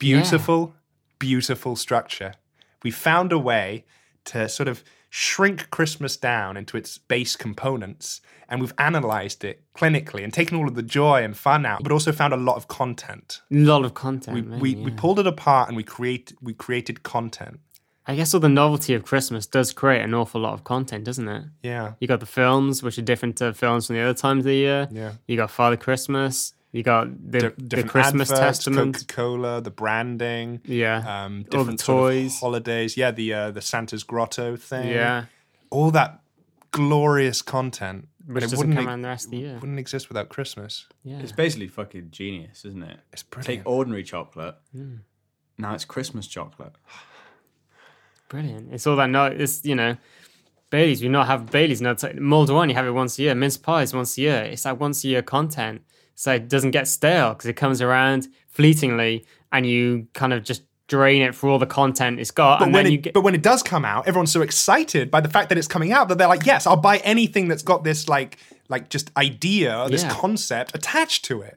Speaker 2: Beautiful, beautiful structure. We found a way to sort of shrink Christmas down into its base components, and we've analyzed it clinically and taken all of the joy and fun out, but also found a lot of content
Speaker 1: a lot of content.
Speaker 2: we,
Speaker 1: man,
Speaker 2: we, we
Speaker 1: eh? yeah.
Speaker 2: pulled it apart and we create we created content.
Speaker 1: I guess all the novelty of Christmas does create an awful lot of content, doesn't it?
Speaker 2: Yeah.
Speaker 1: You got the films, which are different to films from the other times of the year.
Speaker 2: Yeah.
Speaker 1: You got Father Christmas. You got
Speaker 2: Di-
Speaker 1: the, the
Speaker 2: different
Speaker 1: Christmas
Speaker 2: adverts,
Speaker 1: Testament.
Speaker 2: Coca-Cola, the branding,
Speaker 1: yeah.
Speaker 2: um, different
Speaker 1: all the
Speaker 2: sort of
Speaker 1: toys.
Speaker 2: holidays. Yeah, the uh, the Santa's Grotto thing.
Speaker 1: yeah.
Speaker 2: all that glorious content. But
Speaker 1: Which
Speaker 2: it
Speaker 1: doesn't
Speaker 2: wouldn't
Speaker 1: come
Speaker 2: e-
Speaker 1: around the rest of the year.
Speaker 2: wouldn't exist without Christmas.
Speaker 1: Yeah.
Speaker 3: It's basically fucking genius, isn't it?
Speaker 2: It's
Speaker 3: Take
Speaker 2: brilliant.
Speaker 3: ordinary chocolate. Now it's Christmas chocolate.
Speaker 1: Brilliant. It's all that no it's you know, Bailey's, we not have Bailey's nuts. Mold one, you have it once a year. Mince pies once a year. It's like once a year content. So it doesn't get stale because it comes around fleetingly and you kind of just drain it for all the content it's got.
Speaker 2: But
Speaker 1: Oh, and
Speaker 2: when
Speaker 1: then
Speaker 2: it
Speaker 1: you get
Speaker 2: but when it does come out, everyone's so excited by the fact that it's coming out that they're like, yes, I'll buy anything that's got this like like just idea, or this
Speaker 1: Yeah. Mm.
Speaker 2: concept attached to it.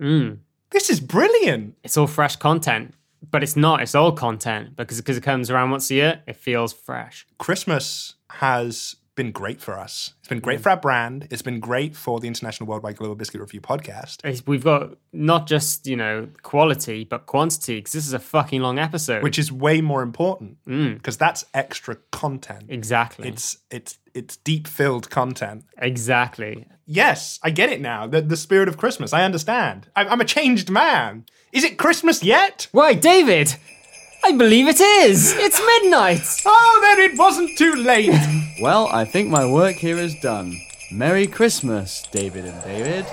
Speaker 2: This is brilliant.
Speaker 1: it's all fresh content. But it's not, it's old content because because it comes around once a year, it feels fresh.
Speaker 2: Christmas has been great for us. It's been great for our brand. It's been great for the International Worldwide Global Biscuit Review podcast,
Speaker 1: It's- we've got not just, you know, quality, but quantity because this is a fucking long episode.
Speaker 2: which is way more important because that's extra content.
Speaker 1: exactly.
Speaker 2: It's it's it's deep filled content.
Speaker 1: exactly.
Speaker 2: Yes, I get it now. The, the spirit of Christmas. I understand. I'm, I'm a changed man. Is it Christmas yet?
Speaker 1: Why, David? I believe it is. It's midnight.
Speaker 2: Oh, then it wasn't too late.
Speaker 5: Well, I think my work here is done. Merry Christmas, David and David.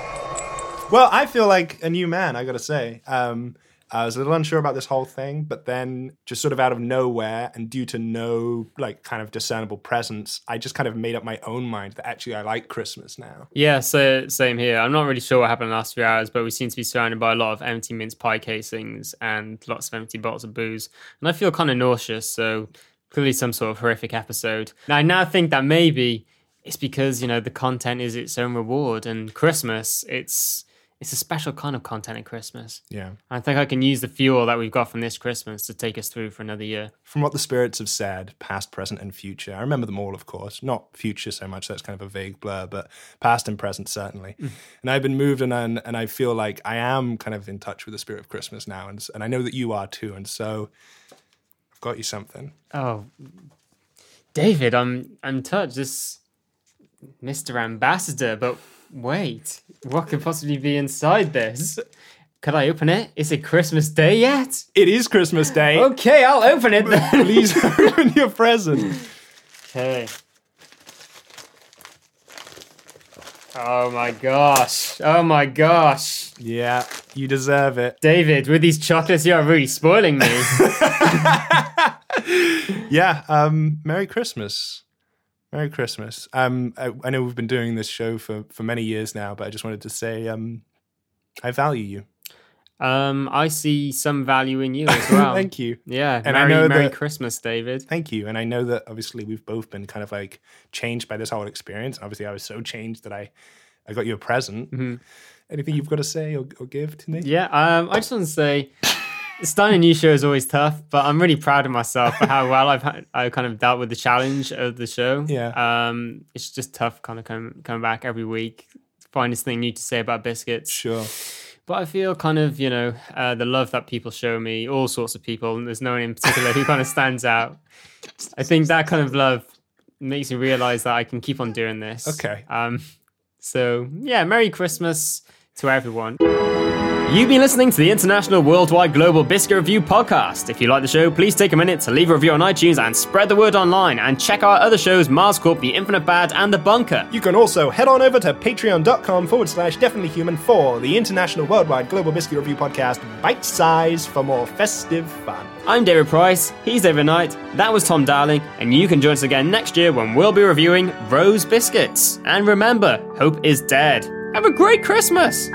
Speaker 2: Well, I feel like a new man, I gotta say. Um, I was a little unsure about this whole thing, but then just sort of out of nowhere and due to no like kind of discernible presence, I just kind of made up my own mind that actually I like Christmas now.
Speaker 1: Yeah, so same here. I'm not really sure what happened in the last few hours, but we seem to be surrounded by a lot of empty mince pie casings and lots of empty bottles of booze. And I feel kind of nauseous, so clearly some sort of horrific episode. And I now think that maybe it's because, you know, the content is its own reward and Christmas, it's it's a special kind of content at Christmas.
Speaker 2: Yeah.
Speaker 1: I think I can use the fuel that we've got from this Christmas to take us through for another year.
Speaker 2: From what the spirits have said, past, present, and future. I remember them all, of course. Not future so much, that's kind of a vague blur, but past and present certainly. And I've been moved and and and I feel like I am kind of in touch with the spirit of Christmas now, and s- and I know that you are too. And so I've got you something.
Speaker 1: Oh, David, I'm I'm touched. This Mr. Ambassador, but wait, what could possibly be inside this? Could I open it? Is it Christmas Day yet?
Speaker 2: It is Christmas
Speaker 1: Oh,
Speaker 2: Day.
Speaker 1: Okay, I'll open it
Speaker 2: *laughs*
Speaker 1: then.
Speaker 2: Please open your present.
Speaker 1: Okay. Oh my gosh. Oh my gosh.
Speaker 2: Yeah, you deserve it.
Speaker 1: David, with these chocolates, you are really spoiling
Speaker 2: *laughs*
Speaker 1: me.
Speaker 2: Yeah, um, Merry Christmas. Merry Christmas. Um, I, I know we've been doing this show for, for many years now, but I just wanted to say um, I value you.
Speaker 1: um, I see some value in you as well.
Speaker 2: *laughs* Thank you.
Speaker 1: Yeah,
Speaker 2: And I
Speaker 1: Merry,
Speaker 2: know
Speaker 1: Merry
Speaker 2: that-
Speaker 1: Christmas, David.
Speaker 2: Thank you. And I know that obviously we've both been kind of like changed by this whole experience. Obviously, I was so changed that I, I got you a present. Anything you've got to say or, or give to me?
Speaker 1: Yeah, um, I just want to say, starting a new show is always tough, but I'm really proud of myself for how well I've had, I kind of dealt with the challenge of the show.
Speaker 2: Yeah.
Speaker 1: um, it's just tough, kind of coming coming back every week, finding something new to say about biscuits.
Speaker 2: Sure.
Speaker 1: But I feel kind of, you know, uh, the love that people show me, all sorts of people, and there's no one in particular who kind of stands out. I think that kind of love makes me realize that I can keep on doing this.
Speaker 2: Okay.
Speaker 1: Um, so, yeah, Merry Christmas to everyone. You've been listening to the International Worldwide Global Biscuit Review podcast. If you like the show, please take a minute to leave a review on iTunes and spread the word online. And check our other shows, Mars Corp, The Infinite Bad, and The Bunker.
Speaker 2: You can also head on over to patreon.com forward slash definitely human for the international worldwide global biscuit review podcast Bite Size for more festive fun.
Speaker 1: I'm David Price, he's David Knight, that was Tom Darling, and you can join us again next year when we'll be reviewing Rose Biscuits. And remember, hope is dead. Have a great Christmas!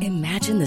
Speaker 6: Imagine the